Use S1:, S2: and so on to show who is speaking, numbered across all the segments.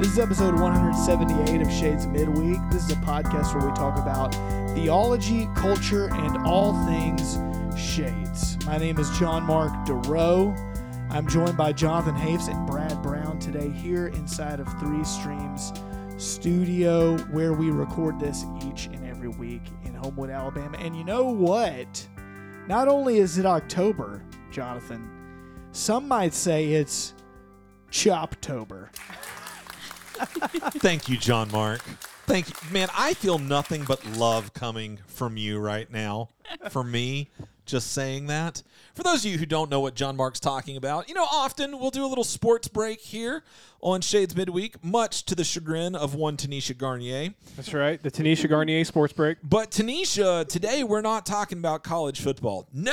S1: This is episode 178 of Shades Midweek. This is a podcast where we talk about theology, culture, and all things shades. My name is John Mark DeRoe. I'm joined by Jonathan Hafes and Brad Brown today here inside of Three Streams Studio, where we record this each and every week in Homewood, Alabama. And you know what? Not only is it October, Jonathan, some might say it's Choptober.
S2: Thank you, John Mark. Thank you. Man, I feel nothing but love coming from you right now. For me, just saying that. For those of you who don't know what John Mark's talking about, you know, often we'll do a little sports break here on Shades Midweek, much to the chagrin of one Tanisha Garnier.
S3: That's right. The Tanisha Garnier Sports Break.
S2: But Tanisha, today we're not talking about college football. No!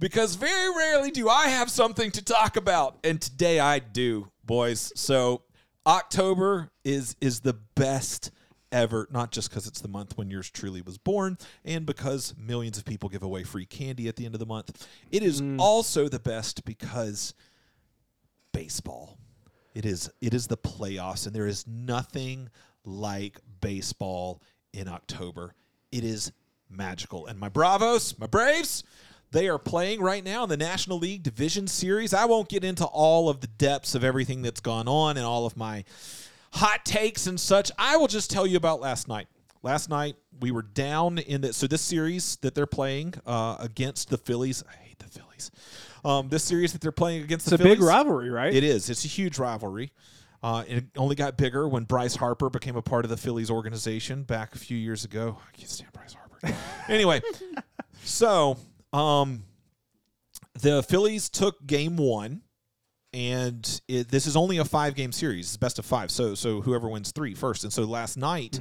S2: Because very rarely do I have something to talk about, and today I do, boys. So October is is the best ever, not just because it's the month when yours truly was born, and because millions of people give away free candy at the end of the month. It is also the best because baseball. It is it is the playoffs, and there is nothing like baseball in October. It is magical. And my Bravos, my Braves, they are playing right now in the National League Division Series. I won't get into all of the depths of everything that's gone on and all of my hot takes and such. I will just tell you about last night. Last night we were down in the so this series that they're playing uh, against the Phillies. I hate the Phillies. Um, this series that they're playing against
S3: It's
S2: the
S3: a big
S2: Phillies-
S3: rivalry, right?
S2: it is. It's a huge rivalry. Uh, it only got bigger when Bryce Harper became a part of the Phillies organization back a few years ago. I can't stand Bryce Harper. anyway, so um, the Phillies took game one, and it, this is only a five game series. It's best of five. So so whoever wins three first. And so last night,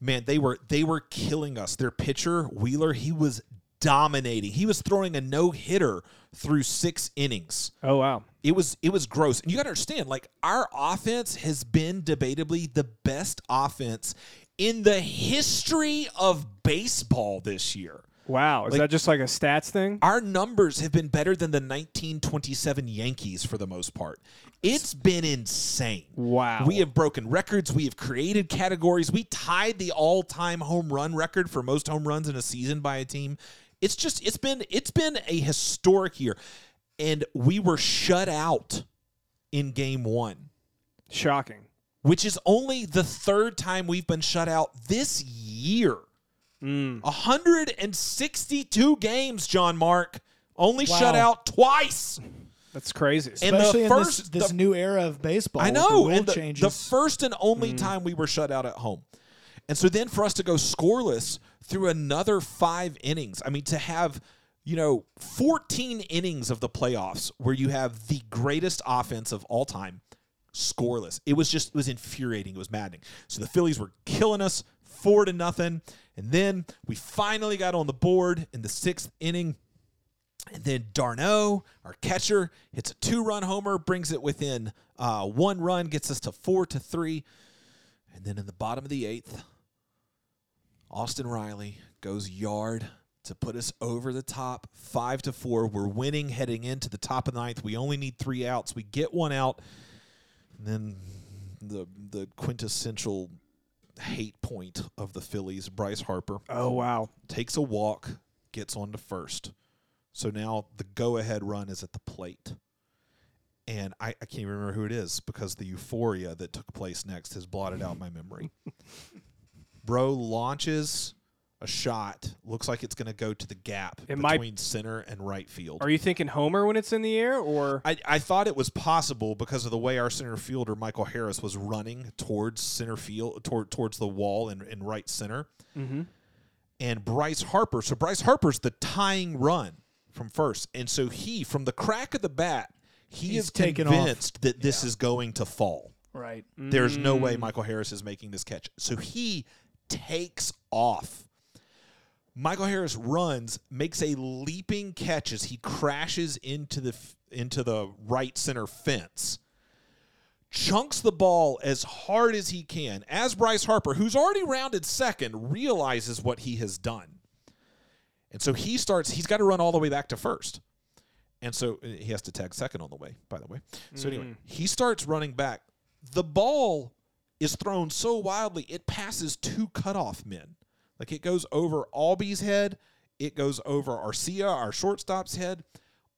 S2: man, they were they were killing us. Their pitcher Wheeler, he was dominating. He was throwing a no hitter through six innings
S3: Oh wow.
S2: it was it was gross. And you got to understand, like our offense has been debatably the best offense in the history of baseball this year.
S3: Wow. Is that just like a stats thing?
S2: Our numbers have been better than the 1927 Yankees for the most part. It's been insane.
S3: Wow.
S2: We have broken records. We have created categories. We tied the all-time home run record for most home runs in a season by a team. It's just it's been it's been a historic year. And we were shut out in game 1,
S3: shocking.
S2: which is only the third time we've been shut out this year. 162 games, John Mark. Only
S1: Wow.
S2: shut out twice.
S3: That's crazy.
S2: And
S1: Especially
S2: the
S1: in this,
S2: first
S1: this
S2: the
S1: new era of baseball,
S2: I know.
S1: with the rule
S2: and the,
S1: changes. Mm.
S2: the first and only time we were shut out at home. And so then for us to go scoreless through another five innings, I mean, to have, you know, 14 innings of the playoffs where you have the greatest offense of all time scoreless. It was just, it was infuriating. It was maddening. So the Phillies were killing us four to nothing. And then we finally got on the board in the sixth inning. And then Darno, our catcher, hits a two-run homer, brings it within uh, one run, gets us to four to three. And then in the bottom of the eighth, Austin Riley goes yard to put us over the top, five to four. We're winning heading into the top of the ninth. We only need three outs. We get one out, and then the the quintessential hate point of the Phillies, Bryce Harper
S3: oh wow.
S2: takes a walk, gets on to first. So now the go ahead run is at the plate. And I, I can't even remember who it is because the euphoria that took place next has blotted out my memory. Bro launches a shot, looks like it's going to go to the gap
S3: It might-
S2: between center and right field.
S3: Are you thinking Homer when it's in the air, or
S2: I, I thought it was possible because of the way our center fielder Michael Harris was running towards center field toward, towards the wall in, in right center.
S1: Mm-hmm.
S2: And Bryce Harper, so Bryce Harper's the tying run from first, and so he from the crack of the bat, he
S1: He's
S2: is
S1: taken off.
S2: convinced that this is going to fall.
S1: right.
S2: There's no way Michael Harris is making this catch. So he takes off. Michael Harris runs, makes a leaping catch as he crashes into the f- into the right center fence. Chunks the ball as hard as he can as Bryce Harper, who's already rounded second, realizes what he has done. And so he starts, he's got to run all the way back to first. And so uh, he has to tag second on the way, by the way. So anyway, he starts running back. the ball is thrown so wildly it passes two cutoff men. Like it goes over Alby's head, it goes over Arcia, our shortstop's head.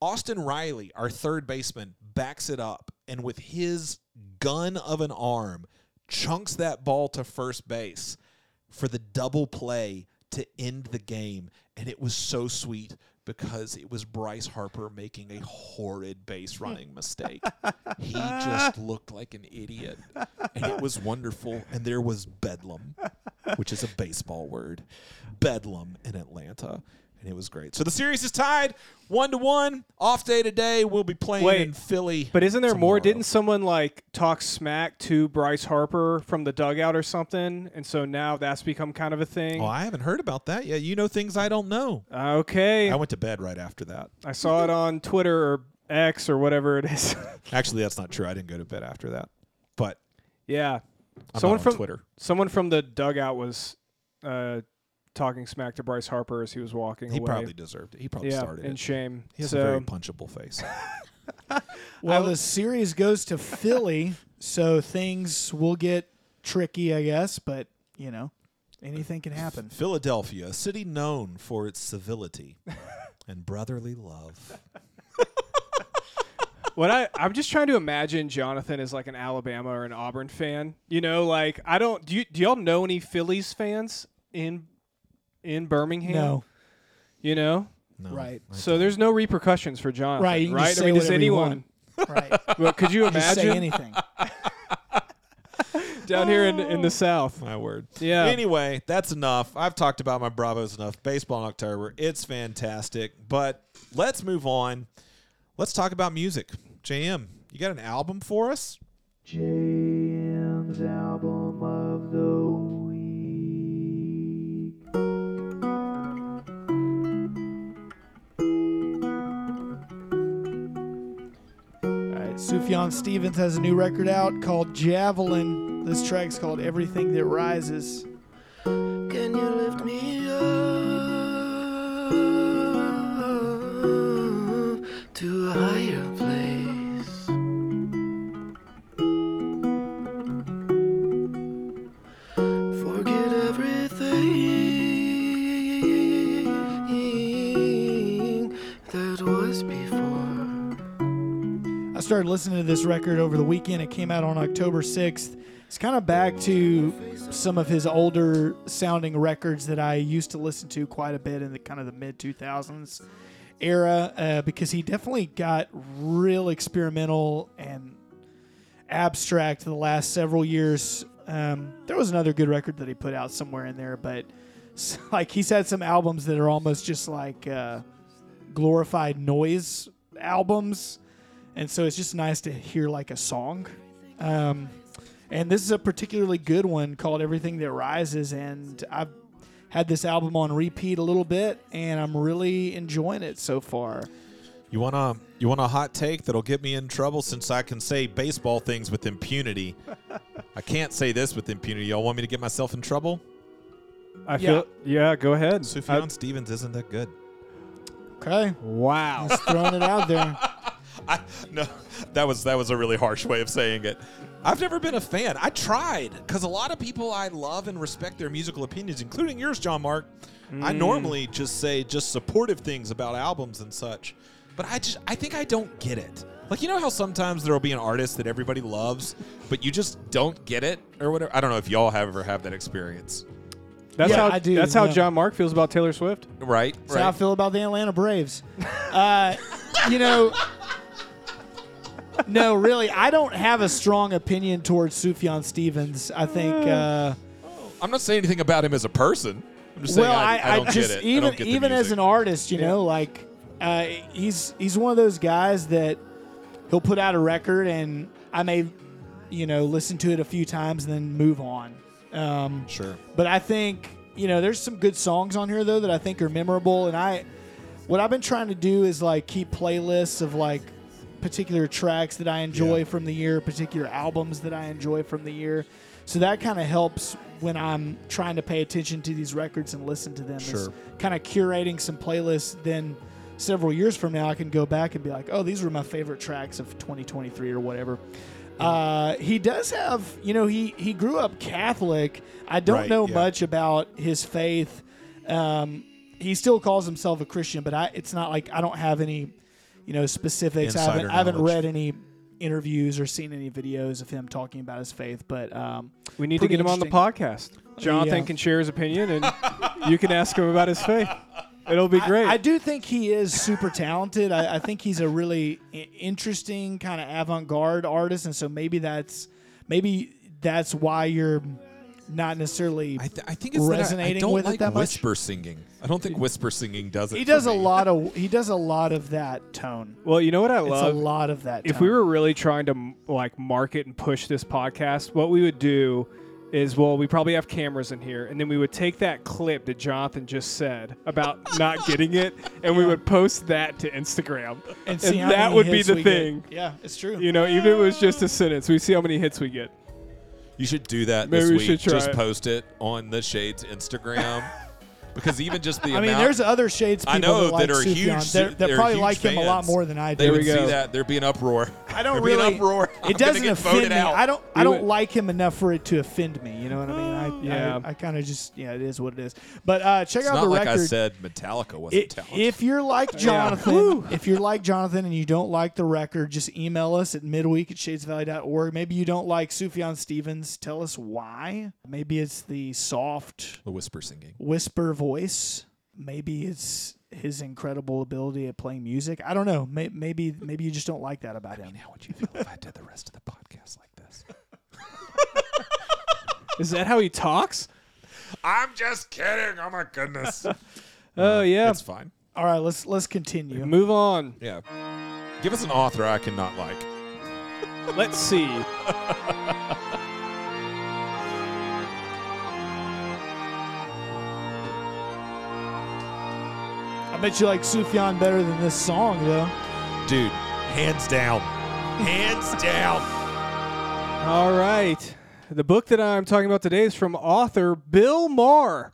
S2: Austin Riley, our third baseman, backs it up and with his gun of an arm chunks that ball to first base for the double play to end the game. And it was so sweet because it was Bryce Harper making a horrid base running mistake. he just looked like an idiot. And it was wonderful. And there was bedlam, which is a baseball word, bedlam in Atlanta. And it was great. So the series is tied one to one. Off day today. We'll be playing
S3: Wait,
S2: in Philly.
S3: But isn't there more?
S2: tomorrow.
S3: Didn't someone like talk smack to Bryce Harper from the dugout or something? And so now that's become kind of a thing.
S2: Oh, I haven't heard about that yet. You know things I don't know.
S3: okay.
S2: I
S3: I
S2: went to bed right after that.
S3: saw it on Twitter or X or whatever it is.
S2: Actually, that's not true. I didn't go to bed after that. But
S3: yeah.
S2: I'm
S3: someone
S2: not on
S3: from
S2: Twitter.
S3: someone from the dugout was uh, talking smack to Bryce Harper as he was walking
S2: He
S3: away.
S2: probably deserved it. He probably
S3: yeah,
S2: started
S3: in
S2: it.
S3: shame.
S2: He has
S3: so
S2: a very punchable face.
S1: Well, the series goes to Philly, so things will get tricky, I guess. But you know, anything can happen.
S2: Philadelphia, a city known for its civility and brotherly love.
S3: what I I'm just trying to imagine Jonathan as like an Alabama or an Auburn fan. You know, like I don't do you, do y'all know any Phillies fans in in Birmingham?
S1: No,
S3: You know?
S2: No,
S1: Right.
S2: I
S3: So there's no repercussions for Jonathan,
S1: Right, you can just
S3: I
S1: say
S3: mean, does
S1: whatever you
S3: anyone
S1: want. right?
S3: well, could you
S1: Just say
S3: imagine
S1: anything.
S3: down here in,
S1: Oh.
S3: in the South?
S2: My word.
S3: Yeah.
S2: Anyway, that's enough. I've talked about my Bravos enough. Baseball in October. It's fantastic. But let's move on. Let's talk about music. JM, you got an album for us?
S4: JM's album of the week.
S1: All right, Sufjan Stevens has a new record out called Javelin. This track's called Everything That Rises.
S4: Can you lift me up to a higher place? Forget everything that was before.
S1: I started listening to this record over the weekend. It came out on October 6th. It's kind of back to some of his older sounding records that I used to listen to quite a bit in the kind of the mid 2000s era uh, because he definitely got real experimental and abstract the last several years. Um, there was another good record that he put out somewhere in there, but s- like he's had some albums that are almost just like uh, glorified noise albums and so it's just nice to hear like a song. Um, and this is a particularly good one called "Everything That Rises," and I've had this album on repeat a little bit, and I'm really enjoying it so far.
S2: You want to you want a hot take that'll get me in trouble since I can say baseball things with impunity. I can't say this with impunity. Y'all want me to get myself in trouble?
S3: I feel yeah, go ahead.
S2: Sufjan Stevens isn't that good.
S1: Okay,
S3: I- wow.
S1: just throwing it out there.
S2: I, no, that was that was a really harsh way of saying it. I've never been a fan. I tried because a lot of people I love and respect their musical opinions, including yours, John Mark. I
S1: Mm.
S2: normally just say just supportive things about albums and such, but I just I think I don't get it. Like you know how sometimes there'll be an artist that everybody loves, but you just don't get it or whatever. I don't know if y'all have ever have that experience,
S3: That's
S1: Yeah,
S3: how
S1: I do,
S3: that's how
S1: yeah.
S3: John Mark feels about Taylor Swift.
S2: right?
S1: That's how I feel about the Atlanta Braves. Uh, you know, no, really, I don't have a strong opinion towards Sufjan Stevens. I think. Uh,
S2: I'm not saying anything about him as a person. I'm just saying
S1: well,
S2: I, I don't
S1: just
S2: get it. I
S1: even
S2: don't get the
S1: even as
S2: music.
S1: an artist, you know, like uh, he's he's one of those guys that he'll put out a record and I may, you know, listen to it a few times and then move on. Um,
S2: sure.
S1: but I think you know there's some good songs on here though that I think are memorable. And I, what I've been trying to do is like keep playlists of like particular tracks that I enjoy
S2: Yeah.
S1: from the year, particular albums that I enjoy from the year. So that kind of helps when I'm trying to pay attention to these records and listen to them.
S2: Sure.
S1: Kind of curating some playlists. Then several years from now, I can go back and be like, oh, these were my favorite tracks of 2023 or whatever. Uh, he does have, you know, he he grew up Catholic. I don't
S2: Right,
S1: know
S2: yeah.
S1: much about his faith. Um, he still calls himself a Christian, but I it's not like I don't have any, you know, specifics. I haven't,
S2: Insider
S1: I haven't
S2: knowledge.
S1: read any interviews or seen any videos of him talking about his faith, but um,
S3: We need
S1: Pretty
S3: to get him on the podcast. Jonathan can share his opinion, and you can ask him about his faith. It'll be great.
S1: I, I do think he is super talented. I, I think he's a really i- interesting kind of avant-garde artist, and so maybe that's maybe that's why you're not necessarily.
S2: I, th- I think it's that I- I,
S1: Resonating
S2: don't
S1: with it
S2: like
S1: that much?
S2: whisper singing. I don't think whisper singing does it.
S1: he
S2: for
S1: does a
S2: me.
S1: lot of he does a lot of that tone.
S3: well, you know what I
S1: It's
S3: love?
S1: a lot of that.
S3: if
S1: tone.
S3: we were really trying to m- like market and push this podcast, what we would do is well, we probably have cameras in here, and then we would take that clip that Jonathan just said about not getting it, and we would post that to Instagram,
S1: and, see how
S3: that
S1: many
S3: would be
S1: hits
S3: the
S1: we get.
S3: thing.
S1: Yeah, it's true.
S3: You know, even if it was just a sentence, we see how many hits we get.
S2: You should do that
S3: Maybe
S2: this
S3: we
S2: week.
S3: should try
S2: just
S3: it.
S2: post it on the Shades Instagram because even just the
S1: I mean,
S2: amount
S1: there's other shades people
S2: I know
S1: that, like
S2: are
S1: Sufjan.
S2: huge.
S1: They're,
S2: su-
S1: they
S2: they're
S1: probably
S2: huge
S1: like him a lot
S2: fans.
S1: more than I do.
S2: They would
S3: we go.
S2: see that there'd be an uproar.
S1: I don't
S2: There'd
S1: really.
S2: be an uproar. I'm
S1: It
S2: gonna
S1: doesn't
S2: get
S1: offend
S2: voted
S1: me.
S2: Out.
S1: I don't. I don't
S3: would-
S1: like him enough for it to offend me. You know what I mean? I
S3: Yeah.
S1: I, I kind of just yeah, it is what it is. But uh, check
S2: Uh, It's
S1: out
S2: not
S1: the
S2: like I
S1: record.
S2: said Metallica wasn't
S1: It-
S2: talented.
S1: if you're like Jonathan, if you're like Jonathan and you don't like the record, just email us at midweek at shadesvalley.org. Maybe you don't like Sufjan Stevens. Tell us why. Maybe it's the soft
S2: the whisper singing.
S1: whisper voice. Maybe it's his incredible ability at playing music. I don't know. May- Maybe maybe you just don't like that about him.
S2: How would you feel if I did the rest of the podcast like this?
S3: Is that how he talks?
S2: I'm just kidding. Oh my goodness.
S3: Oh yeah.
S2: That's fine.
S1: All right, let's let's continue.
S3: Move on.
S2: Yeah. Give us an author I cannot like.
S3: Let's see.
S1: I bet you like Sufjan better than this song, though.
S2: Dude, hands down. Hands down.
S3: All right. The book that I'm talking about today is from author Bill Maher.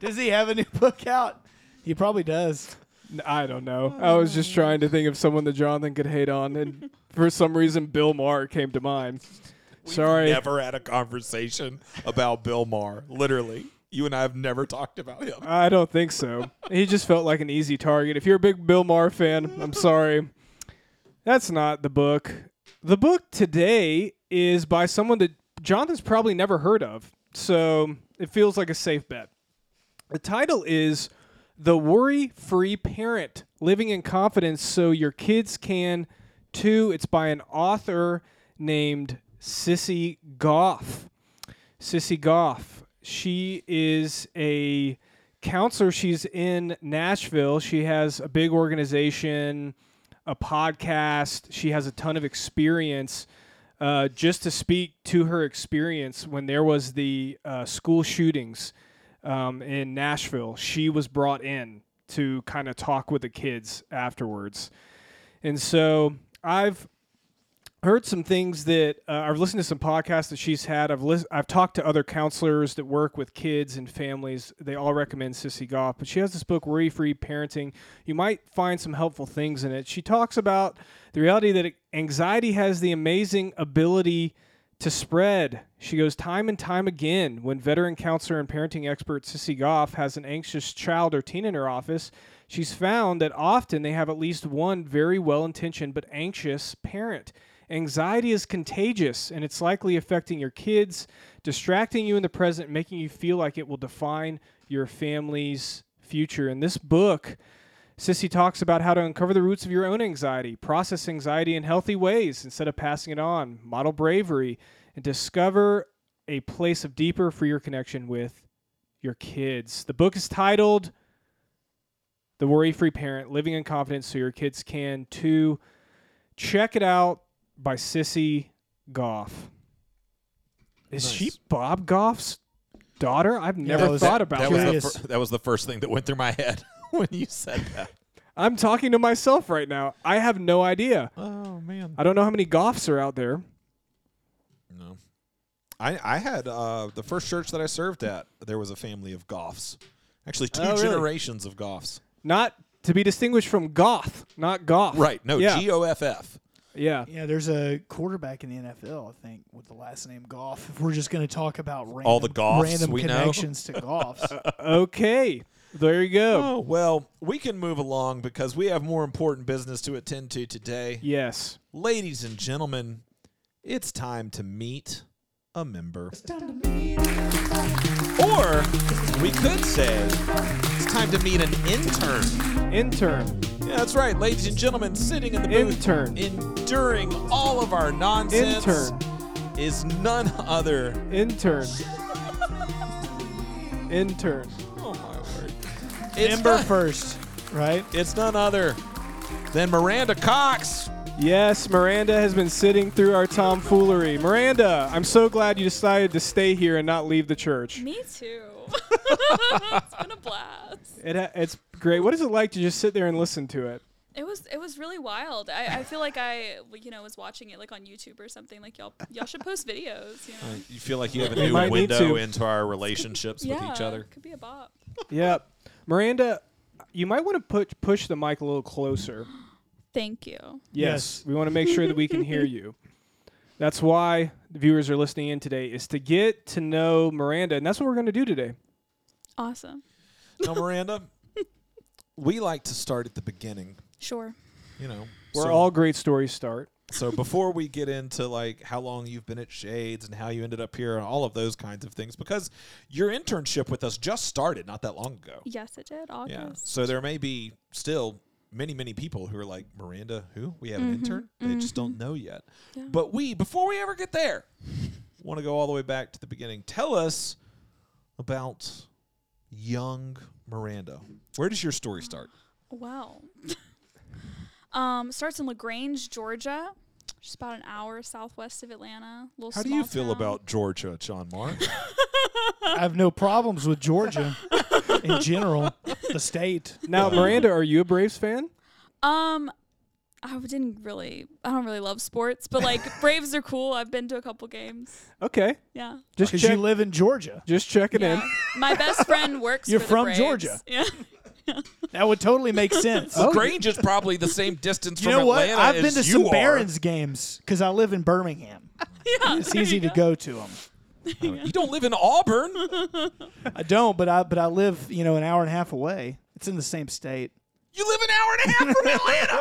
S1: Does he have a new book out? He probably does.
S3: N- I don't know. I was just trying to think of someone that Jonathan could hate on, and for some reason, Bill Maher came to mind. Sorry.
S2: Never had a conversation about Bill Maher. Literally. You and I have never talked about him.
S3: I don't think so. He just felt like an easy target. If you're a big Bill Maher fan, I'm sorry. That's not the book. The book today is by someone that Jonathan's probably never heard of, so it feels like a safe bet. The title is The Worry Free Parent Living in Confidence So Your Kids Can Too. It's by an author named Sissy Goff. Sissy Goff. She is a counselor. She's in Nashville. She has a big organization, a podcast. She has a ton of experience. Uh, just to speak to her experience when there was the uh, school shootings um, in Nashville, she was brought in to kind of talk with the kids afterwards. And so I've heard some things that uh, I've listened to some podcasts that she's had. I've lis- I've talked to other counselors that work with kids and families. They all recommend Sissy Goff, but she has this book, Worry Free Parenting. You might find some helpful things in it. She talks about the reality that anxiety has the amazing ability to spread. She goes time and time again when veteran counselor and parenting expert Sissy Goff has an anxious child or teen in her office. She's found that often they have at least one very well intentioned but anxious parent. Anxiety is contagious and it's likely affecting your kids, distracting you in the present, making you feel like it will define your family's future. In this book, Sissy talks about how to uncover the roots of your own anxiety, process anxiety in healthy ways instead of passing it on, model bravery, and discover a place of deeper, freer connection with your kids. The book is titled The Worry Free Parent Living in Confidence So Your Kids Can Too. Check it out by Sissy Goff. Is
S2: Nice.
S3: she Bob Goff's daughter? I've never
S1: that was-
S3: thought about
S2: That
S3: that.
S2: was, the
S1: Curious.
S2: fir- that was the first thing that went through my head when you said that.
S3: I'm talking to myself right now. I have no idea.
S2: Oh, man.
S3: I don't know how many goths are out there.
S2: No. I, I had uh, the first church that I served at, there was a family of Goffs. Actually, two
S3: Oh, really?
S2: generations of Goffs.
S3: Not to be distinguished from goth, not goth.
S2: Right. No,
S3: Yeah.
S2: G O F F.
S3: yeah.
S1: Yeah, there's a quarterback in the NFL, I think, with the last name Goff. If we're just going to talk about random,
S2: All the Goffs
S1: random
S2: we know.
S1: connections to Goffs,
S3: Okay. There you go.
S2: Oh, well, we can move along because we have more important business to attend to today.
S3: Yes.
S2: Ladies and gentlemen, it's time to meet a member. Or we could say it's time to meet an intern.
S3: Intern.
S2: Yeah, that's right, ladies and gentlemen, sitting in the booth,
S3: Intern.
S2: enduring all of our nonsense,
S3: Intern.
S2: is none other.
S3: Intern. Intern.
S2: Oh my word! It's
S1: Ember
S2: none-
S1: first, right?
S2: It's none other than Miranda Cox.
S3: Yes, Miranda has been sitting through our tomfoolery. Miranda, I'm so glad you decided to stay here and not leave the church.
S5: Me too. it's been a blast.
S3: It, ha- it's great. What is it like to just sit there and listen to it?
S5: It was it was really wild. I, I feel like I you know was watching it like on YouTube or something. Like y'all y'all should post videos. You know.
S2: You feel like you have a
S3: We
S2: new
S3: might need
S2: window
S3: to.
S2: into our relationships with each other.
S5: could be a bop.
S3: Yep. Miranda, you might want to put, push the mic a little closer.
S5: Thank you.
S3: Yes,
S1: Yes.
S3: we want to make sure that we can hear you. That's why the viewers are listening in today is to get to know Miranda, and that's what we're going to do today.
S5: Awesome.
S2: No, Miranda, we like to start at the beginning.
S5: Sure.
S2: You know,
S3: Where
S2: so,
S3: all great stories start.
S2: so before we get into like how long you've been at Shades and how you ended up here and all of those kinds of things, because your internship with us just started not that long ago.
S5: Yes, it did. August.
S2: Yeah. So there may be still many, many people who are like, Miranda, who? We have an intern? They just don't know yet.
S5: Yeah.
S2: But we, before we ever get there, want to go all the way back to the beginning. Tell us about young Miranda. Where does your story start?
S5: Wow. um, starts in Lagrange, Georgia. Just about an hour southwest of Atlanta. Little
S2: How do you
S5: small
S2: feel
S5: town.
S2: about Georgia, John Mark?
S1: I have no problems with Georgia in general, the state.
S3: Now, Miranda, are you a Braves fan?
S5: Um, I didn't really. I don't really love sports, but like Braves are cool. I've been to a couple games.
S3: Okay,
S5: Yeah.
S3: just
S1: Because
S3: check,
S1: you live in Georgia,
S3: just checking
S5: Yeah. My best friend works.
S1: You're
S5: for the
S1: from
S5: Braves.
S1: Georgia.
S5: Yeah.
S1: that would totally make sense.
S3: Oh,
S2: Grange is probably the same distance
S1: you
S2: from
S1: know what?
S2: Atlanta
S1: I've been
S2: as
S1: to
S2: you
S1: some
S2: are.
S1: Barons games because I live in Birmingham.
S5: yeah.
S1: It's
S5: there
S1: easy
S5: you
S1: to go to them.
S2: You don't live in Auburn.
S1: I don't, but I but I live you know an hour and a half away. It's in the same state.
S2: You live an hour and a half from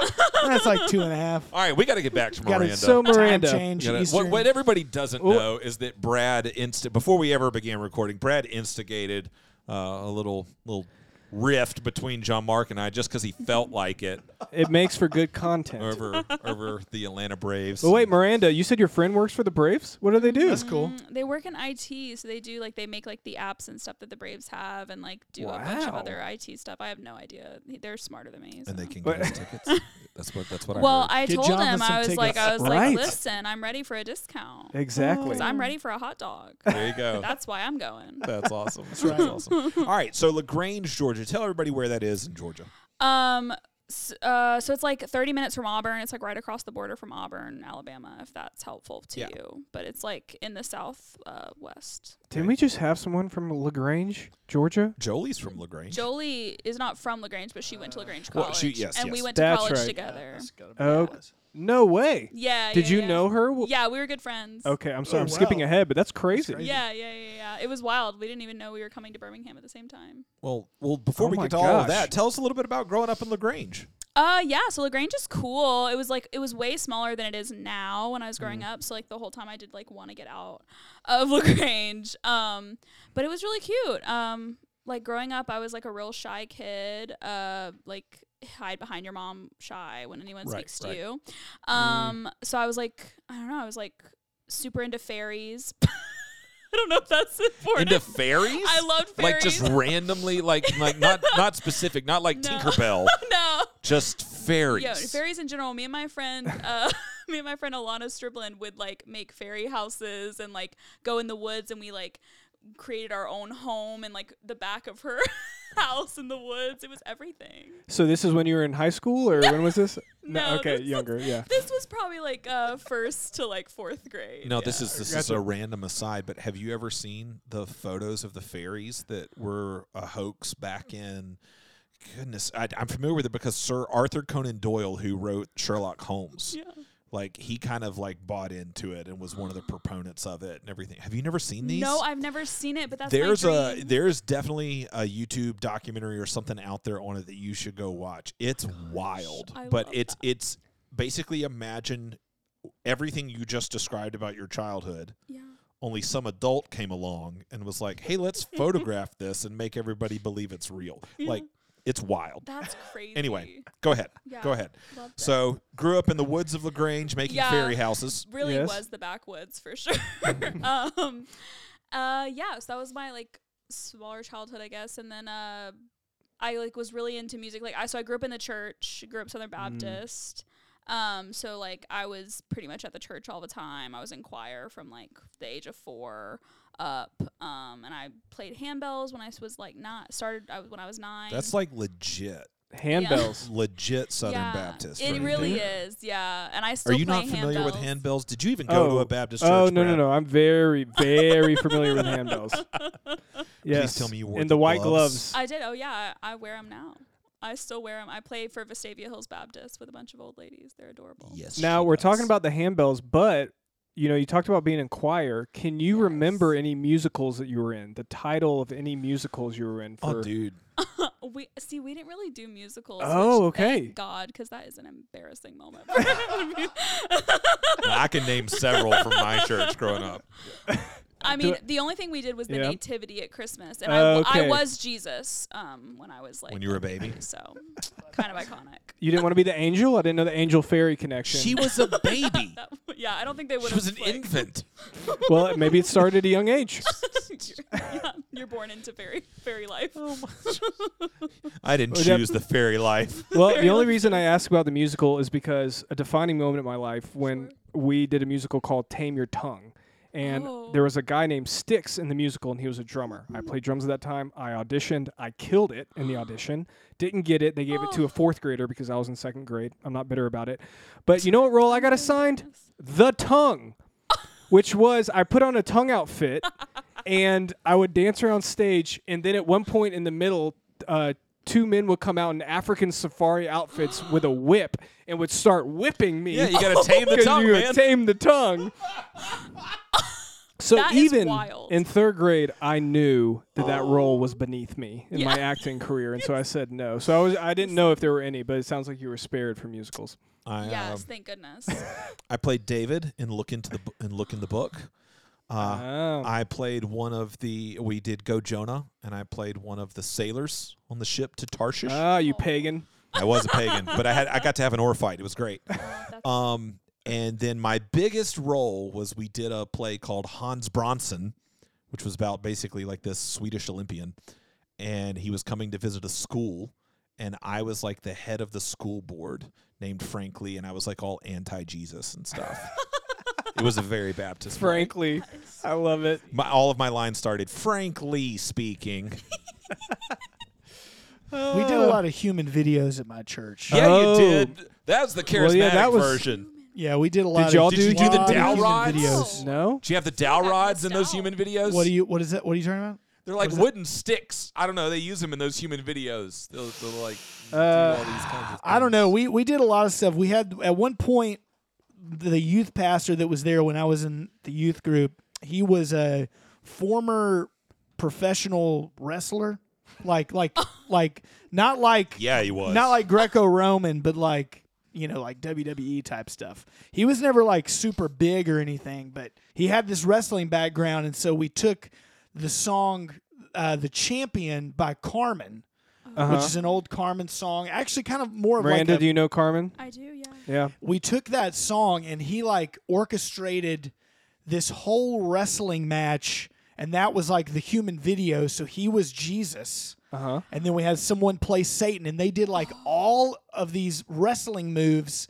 S2: Atlanta.
S1: That's like two and a half.
S2: All right, we got to get back to
S1: Got
S2: Miranda.
S1: it.
S3: So
S1: Time
S3: Miranda.
S1: change.
S2: You know, what,
S1: Eastern-
S2: what everybody doesn't know is that Brad insta before we ever began recording, Brad instigated uh, a little little rift between John Mark and I just because he felt like it
S3: in. It makes for good content.
S2: over over the Atlanta Braves.
S3: But wait, Miranda, you said your friend works for the Braves. What do they do?
S1: That's cool.
S5: Mm, They work in IT, so they do like they make like the apps and stuff that the Braves have, and like do a bunch of
S3: Wow.
S5: other IT stuff. I have no idea. They're smarter than me. so.
S2: and they can
S3: Wait.
S2: get us tickets. That's what that's what
S5: well,
S2: I heard.
S5: I
S1: Get
S5: told
S1: Jonathan
S5: him
S1: some
S5: I was like,
S1: tickets.
S5: I was
S3: Right.
S5: like, listen, I'm ready for a discount.
S3: Exactly.
S5: 'Cause I'm ready for a hot dog.
S2: there you go.
S5: That's why I'm going.
S2: That's awesome. That's
S1: right.
S2: awesome. All right, so Lagrange, Georgia. Tell everybody where that is in Georgia.
S5: Um, s uh, so it's like 30 minutes from Auburn. It's like right across the border from Auburn, Alabama, if that's helpful to
S2: Yeah.
S5: you. But it's like in the south uh, west.
S3: Didn't we just have someone from Lagrange, Georgia?
S2: Jolie's from Lagrange.
S5: Jolie is not from Lagrange, but she went to Lagrange College,
S2: well, she- yes,
S5: and
S2: yes.
S5: we went to
S3: That's
S5: college
S3: right.
S5: together.
S3: Oh, no way.
S5: Yeah.
S3: Did
S5: yeah,
S3: you
S5: yeah.
S3: know her? Wh-
S5: Yeah, we were good friends.
S3: Okay, I'm
S1: Oh,
S3: sorry. I'm skipping
S1: wow.
S3: ahead, but that's crazy.
S1: crazy.
S5: Yeah, yeah, yeah, yeah. It was wild. We didn't even know we were coming to Birmingham at the same time.
S2: Well, well, before
S3: Oh
S2: we
S3: my
S2: get to all of
S3: gosh.
S2: that, tell us a little bit about growing up in Lagrange.
S5: Uh, yeah. So Lagrange is cool. It was like it was way smaller than it is now when I was growing
S2: Mm.
S5: up. So like the whole time I did like want to get out of Lagrange. Um, but it was really cute. Um, like growing up, I was like a real shy kid. Uh, like hide behind your mom, shy when anyone
S2: Right,
S5: speaks to
S2: right. Mm.
S5: you. Um, so I was like, I don't know. I was like super into fairies. I don't know if that's important.
S2: Into fairies?
S5: I loved fairies.
S2: Like just randomly, like like not not specific, not like
S5: No.
S2: Tinkerbell,
S5: no.
S2: just fairies.
S5: Yeah, fairies in general. Me and my friend, uh, me and my friend Alana Striblin would like make fairy houses and like go in the woods and we like created our own home in like the back of her house in the woods. It was everything.
S3: So this is when you were in high school, or when was this?
S5: No,
S3: Okay,
S5: this was-
S3: younger. Yeah.
S5: This was probably like uh, first to like fourth grade.
S2: No, this
S5: yeah.
S2: is this is a random aside, but have you ever seen the photos of the fairies that were a hoax back in goodness, I, I'm familiar with it because Sir Arthur Conan Doyle, who wrote Sherlock Holmes, like he kind of like bought into it and was one of the proponents of it and everything. Have you never seen these?
S5: No, I've never seen it, but that's
S2: there's
S5: my
S2: a
S5: dream.
S2: there's definitely a YouTube documentary or something out there on it that you should go watch. It's wild,
S5: I
S2: but
S5: love
S2: it's it's basically imagine everything you just described about your childhood.
S5: yeah.
S2: Only some adult came along and was like, "Hey, let's photograph this and make everybody believe it's real." Like it's wild.
S5: That's crazy.
S2: Anyway, go ahead.
S5: Yeah.
S2: Go ahead.
S5: Loved it.
S2: So, grew up in the woods of Lagrange making
S5: Yeah.
S2: fairy houses.
S5: really
S3: Yes.
S5: was the backwoods for sure. um, uh, yeah, so that was my like smaller childhood, I guess, and then uh, I like was really into music. Like I so I grew up in the church, grew up Southern
S2: Mm.
S5: Baptist. Um, so like I was pretty much at the church all the time. I was in choir from like the age of four up. Um, and I played handbells when I was like not started. I was when I was nine.
S2: That's like legit.
S3: Handbells.
S2: Legit Southern
S5: Yeah,
S2: Baptist.
S5: It
S2: right
S5: really
S2: there.
S5: is, yeah. And I
S2: Are
S5: still
S2: you
S5: play
S2: not familiar with
S5: handbells.
S2: handbells? Did you even go to a Baptist church?
S3: Oh no no
S2: Brad?
S3: no! I'm very very familiar with handbells. Yes.
S2: tell me you wore
S3: and
S2: the
S3: the white
S2: gloves.
S3: gloves.
S5: I did. Oh yeah, I, I wear them now. I still wear them. I play for Vestavia Hills Baptist with a bunch of old ladies. They're adorable.
S2: Yes.
S3: Now
S2: she
S3: we're
S2: does.
S3: talking about the handbells, but you know you talked about being in choir. Can you remember any musicals that you were in? The title of any musicals you were in? For
S2: Oh, dude.
S5: We see. We didn't really do musicals.
S3: Oh,
S5: which, thank
S3: okay.
S5: God, because that is an embarrassing moment. I
S2: I can name several from my church growing up.
S5: mean, the only thing we did was the
S3: Yeah.
S5: nativity at Christmas, and I, w- I
S3: Okay.
S5: was Jesus um, when I was like
S2: When you were a baby?
S5: So, kind of iconic.
S3: you didn't want to be the angel. I didn't know the angel fairy connection.
S2: She was a baby.
S5: That, yeah, I don't think they would.
S2: she was an infant.
S3: well, maybe it started at a young age.
S5: yeah, you're born into fairy fairy life.
S3: Oh
S2: I didn't
S3: that-
S2: choose the fairy life.
S3: Well, the only reason I ask about the musical is because a defining moment in my life when we did a musical called Tame Your Tongue. And
S5: Oh.
S3: there was a guy named Styx in the musical, and he was a drummer. I played drums at that time. I auditioned. I killed it in the audition. Didn't get it. They gave it to a fourth grader because I was in second grade. I'm not bitter about it. But you know what role I got assigned? The tongue, which was I put on a tongue outfit and I would dance around stage. And then at one point in the middle, uh, two men would come out in African safari outfits with a whip and would start whipping me.
S2: Yeah, you gotta tame the
S3: 'cause
S2: tongue,
S3: you
S2: man.
S3: Tame the tongue. So
S5: That is
S3: even
S5: wild.
S3: in third grade, I knew that that role was beneath me in my
S5: Yeah.
S3: acting career, and so I said no. So I was I didn't know if there were any, but it sounds like you were spared for musicals.
S2: I, um,
S5: Yes, thank goodness.
S2: I played David in Look into the Bu- in Look in the Book. Uh,
S3: Oh.
S2: I played one of the we did Go Jonah, and I played one of the sailors on the ship to Tarshish.
S3: Ah, you pagan.
S2: I was a pagan, but I had I got to have an oar fight. It was great.
S5: That's
S2: Um, and then my biggest role was we did a play called Hans Bronson, which was about basically like this Swedish Olympian, and he was coming to visit a school, and I was like the head of the school board named Frankly, and I was like all anti Jesus and stuff. it was a very Baptist. play.
S3: Frankly, I love it.
S2: My, all of my lines started frankly speaking.
S1: We did a lot of human videos at my church.
S2: uh, Yeah,
S3: Oh.
S2: you did. That was the charismatic
S3: Well, yeah, that was-
S2: version.
S1: Yeah, we did a lot.
S3: y'all
S1: of,
S3: do- Did you do the
S1: lot of
S2: dowel
S1: human
S2: rods?
S1: videos?
S3: No.
S2: Do you have the dowel
S5: I
S2: rods
S5: missed
S2: in those
S5: out.
S2: human videos?
S1: What do you? What is that? What are you talking about?
S2: They're like wooden sticks. I don't know. They use them in those human videos. They'll, they'll like
S3: Uh,
S2: do all these kinds of.
S1: I don't know. We we did a lot of stuff. We had at one point the youth pastor that was there when I was in the youth group. He was a former professional wrestler, like like like not like
S2: Yeah, he was.
S1: not like Greco-Roman, but like you know like WWE type stuff. He was never like super big or anything, but he had this wrestling background, and so we took the song uh, "The Champion" by Carmen. Which is an old Carmen song, actually, kind of more of
S3: Uh-huh. Miranda,
S1: like a,
S3: do you know Carmen?
S5: I do, yeah.
S3: Yeah.
S1: we took that song and he like orchestrated this whole wrestling match and that was like the human video so he was jesus
S3: Uh-huh.
S1: and then we had someone play satan and they did like all of these wrestling moves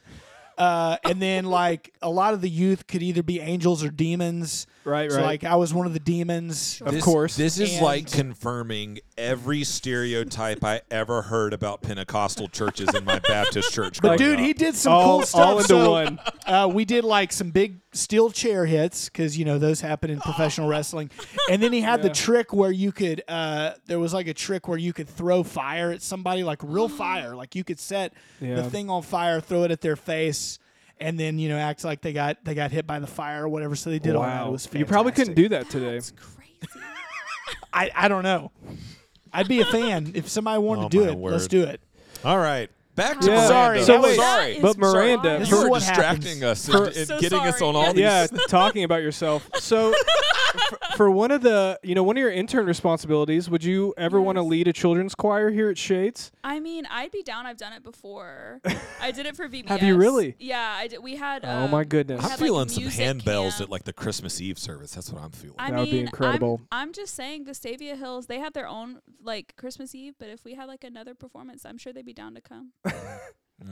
S1: uh, and then like a lot of the youth could either be angels or demons
S3: Right,
S1: so
S3: right.
S1: like i was one of the demons
S3: Of course.
S2: This is
S1: And-
S2: like confirming every stereotype I ever heard about Pentecostal churches in my Baptist church.
S1: But
S2: growing
S1: dude,
S2: up.
S1: he did some
S3: All-
S1: cool stuff.
S3: all into
S1: so,
S3: one.
S1: Uh, we did like some big steel chair hits because you know those happen in professional wrestling. And then he had the
S3: Yeah.
S1: trick where you could. Uh, there was like a trick where you could throw fire at somebody, like real fire. Like you could set
S3: Yeah.
S1: the thing on fire, throw it at their face, and then you know act like they got they got hit by the fire or whatever. So they did all that. It was
S3: you probably couldn't
S1: fantastic.
S3: do that today.
S5: Crazy.
S1: I I don't know. I'd be a fan if somebody wanted
S2: Oh,
S1: to do
S2: my
S1: it.
S2: word.
S1: Let's do it.
S2: All right. Back to
S3: Yeah.
S2: Miranda.
S1: Sorry, So
S2: I'm
S1: wait,
S2: sorry.
S5: That is
S3: But Miranda,
S1: This
S2: you
S1: is
S2: were
S1: what
S2: distracting
S1: happens.
S2: us
S3: For-
S2: and, and
S5: So
S2: getting us
S5: sorry.
S2: on all these.
S3: yeah, talking about yourself. So, for, for one of the, you know, one of your intern responsibilities, would you ever want to lead a children's choir here at Shades?
S5: I mean, I'd be down. I've done it before. I did it for VBS.
S3: Have you really?
S5: Yeah, I did. We had.
S3: Oh
S5: um,
S3: my goodness.
S5: we
S2: I'm
S5: had, like,
S2: feeling some
S5: music
S2: handbells
S5: camp.
S2: at like the Christmas Eve service. That's what I'm feeling.
S5: I
S3: That would be
S5: mean, I'm-
S3: incredible.
S5: I'm, just saying, Vestavia Hills, they have their own like Christmas Eve, but if we had like another performance, I'm sure they'd be down to come.
S3: Mm.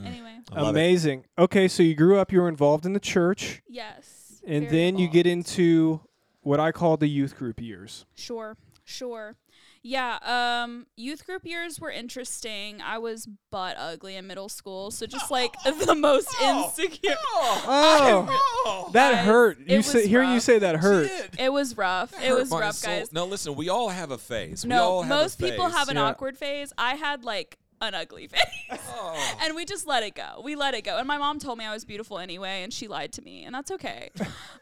S5: anyway,
S2: I love it.
S3: Amazing. Okay, so you grew up, you were involved in the church,
S5: yes.
S3: and
S5: very
S3: then you get
S5: involved.
S3: into what I call the youth group years.
S5: Sure, sure. Yeah, um, youth group years were interesting. I was butt ugly in middle school, so just like the most insecure.
S2: oh.
S3: Oh, that
S5: Guys,
S3: hurt.
S5: it
S3: You say,
S5: was
S3: hearing you
S5: rough.
S3: say that hurt.
S5: It was rough. it
S2: Hurt
S5: was
S2: my
S5: rough,
S2: soul.
S5: guys.
S2: No, listen, we all have a phase. we all have
S5: No, most
S2: a phase.
S5: people have an
S3: Yeah.
S5: awkward phase. I had like an ugly face.
S2: Oh.
S5: and we just let it go. We let it go. And my mom told me I was beautiful anyway, and she lied to me, and that's okay.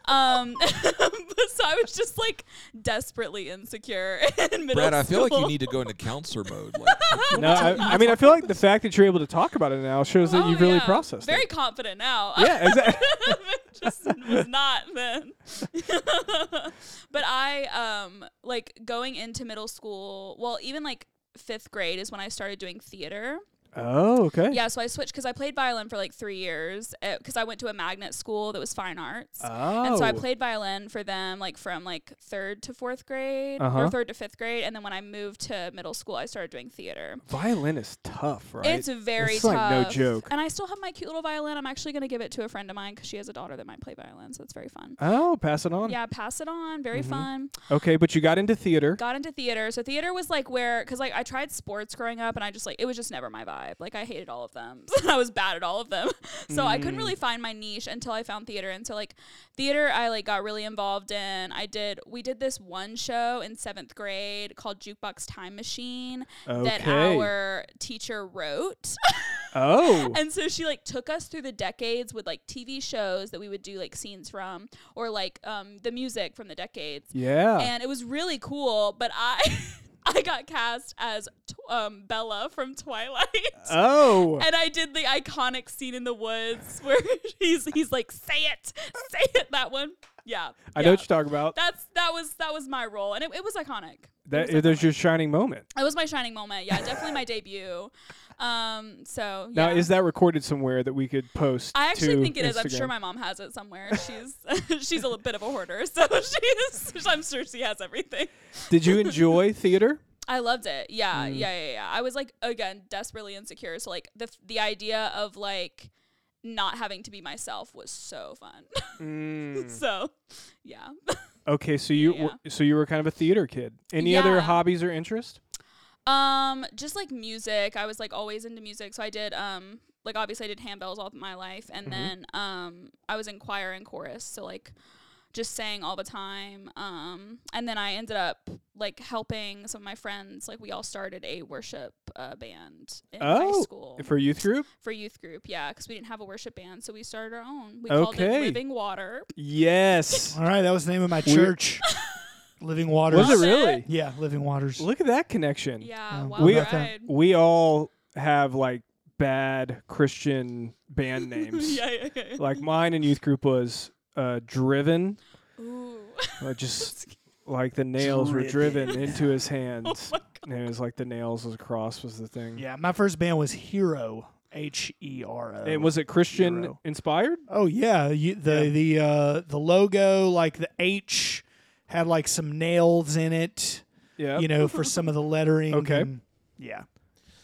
S5: um, but so I was just like desperately insecure in middle
S2: Brad, I feel like you
S5: school.
S2: need to go into counselor mode. Like,
S3: No, I, I mean, I feel like the fact that you're able to talk about it now shows that
S5: Oh,
S3: you've really
S5: yeah.
S3: processed
S5: Very
S3: it.
S5: confident now.
S3: Yeah, exactly.
S5: just was not then. but I um like going into middle school. Well, even like fifth grade is when I started doing theater.
S3: oh, okay.
S5: Yeah, so I switched because I played violin for like three years because I went to a magnet school that was fine arts.
S3: Oh.
S5: And so I played violin for them like from like third to fourth grade
S3: Uh-huh.
S5: or third to fifth grade. And then when I moved to middle school, I started doing theater.
S3: Violin is tough, right?
S5: It's very
S3: It's
S5: tough.
S3: like no joke.
S5: And I still have my cute little violin. I'm actually going to give it to a friend of mine because she has a daughter that might play violin. So it's very fun.
S3: Oh, pass it on.
S5: Yeah, pass it on. Very
S3: Mm-hmm.
S5: fun.
S3: Okay, but you got into theater.
S5: Got into theater. So theater was like where, because like I tried sports growing up and I just like, it was just never my vibe. Like I hated all of them. I was bad at all of them. so I couldn't really find my niche until I found theater. And so like theater, I like got really involved in. I did, we did this one show in seventh grade called Jukebox Time Machine that
S3: Okay.
S5: our teacher wrote.
S3: oh.
S5: And so she like took us through the decades with like TV shows that we would do like scenes from or like um the music from the decades.
S3: yeah.
S5: And it was really cool, but I I got cast as t- um Bella from Twilight.
S3: oh.
S5: And I did the iconic scene in the woods where he's he's like say it, say it that one. Yeah.
S3: I
S5: yeah.
S3: know what you're talking about.
S5: That's that was that was my role and it, it was iconic.
S3: That,
S5: it was
S3: there's
S5: iconic.
S3: your shining moment.
S5: It was my shining moment. Yeah, definitely my debut. Um so
S3: Now,
S5: yeah.
S3: is that recorded somewhere that we could post?
S5: I actually
S3: to
S5: think it is. I'm sure
S3: Instagram?
S5: my mom has it somewhere. She's she's a li- bit of a hoarder, so she is. I'm sure she has everything.
S3: Did you enjoy theater?
S5: I loved it. Yeah,
S3: Mm.
S5: yeah, yeah, yeah. I was like again desperately insecure, so like the f- the idea of like not having to be myself was so fun.
S3: Mm.
S5: so, yeah.
S3: Okay, so you
S5: Mm. Yeah.
S3: were, so you were kind of a theater kid. Any other
S5: Yeah.
S3: hobbies or interest?
S5: Um, just like music, I was like always into music. So I did um like obviously I did handbells all my life, and
S3: Mm-hmm.
S5: then um I was in choir and chorus, so like just sang all the time. Um, and then I ended up like helping some of my friends. Like we all started a worship uh, band in high
S3: Oh,
S5: school
S3: for youth group?
S5: for youth group, yeah, because we didn't have a worship band, so we started our own. We called it
S3: Okay.
S5: Living Water.
S3: Yes.
S1: All right, that was the name of my church. Living Waters.
S3: was it really?
S1: Yeah, Living Waters.
S3: Look at that connection.
S5: Yeah,
S1: Oh,
S5: wild
S3: we-
S5: ride.
S3: We all have like bad Christian band names.
S5: yeah, yeah, yeah. yeah.
S3: Like mine in youth group was uh, Driven.
S5: Ooh.
S3: Uh, just like the nails were driven into his hands. and it was like the nails was cross was the thing.
S1: Yeah, my first band was Hero. H E R O.
S3: And was it Christian
S1: Hero.
S3: inspired?
S1: Oh yeah, you, the the uh, the logo, like the H, had like some nails in it,
S3: Yeah.
S1: you know, for some of the lettering.
S3: Okay.
S1: and- yeah.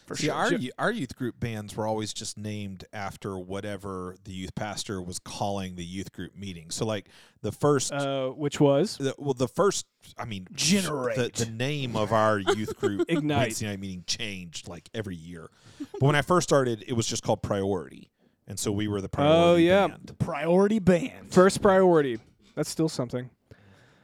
S1: for
S2: See,
S1: sure.
S2: our, y- our youth group bands were always just named after whatever the youth pastor was calling the youth group meeting. So, like the first,
S3: Uh, which was
S2: the, well, the first, I mean, s- the,
S1: Generate.
S2: the name of our youth group
S3: Ignite.
S2: Wednesday night meeting changed like every year. But when I first started, it was just called Priority, and so we were the Priority
S3: Oh, yeah.
S2: band.
S1: priority band.
S3: first priority. That's still something.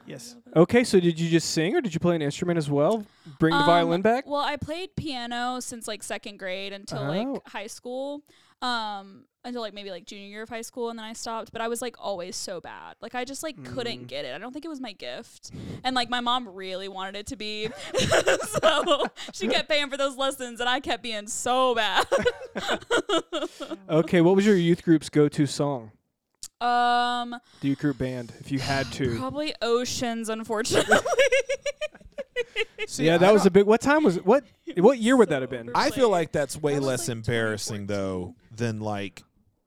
S1: yes.
S3: Okay, so did you just sing or did you play an instrument as well? Bring the
S5: Um,
S3: violin back?
S5: Well, I played piano since like second grade until
S3: Oh.
S5: like high school. Um, until like maybe like junior year of high school, and then I stopped. But I was like always so bad. Like I just like couldn't get it. I don't think it was my gift. And like my mom really wanted it to be, so she kept paying for those lessons, and I kept being so bad.
S3: Okay, what was your youth group's go to song?
S5: um,
S3: The youth group band, if you had to.
S5: probably oceans, unfortunately.
S2: See,
S3: Yeah,
S2: I
S3: that was
S2: don't-
S3: a big. What time was it? What what year would that have been?
S5: I
S2: I feel
S5: played.
S2: like that's way
S5: was,
S2: less
S5: like,
S2: embarrassing though than like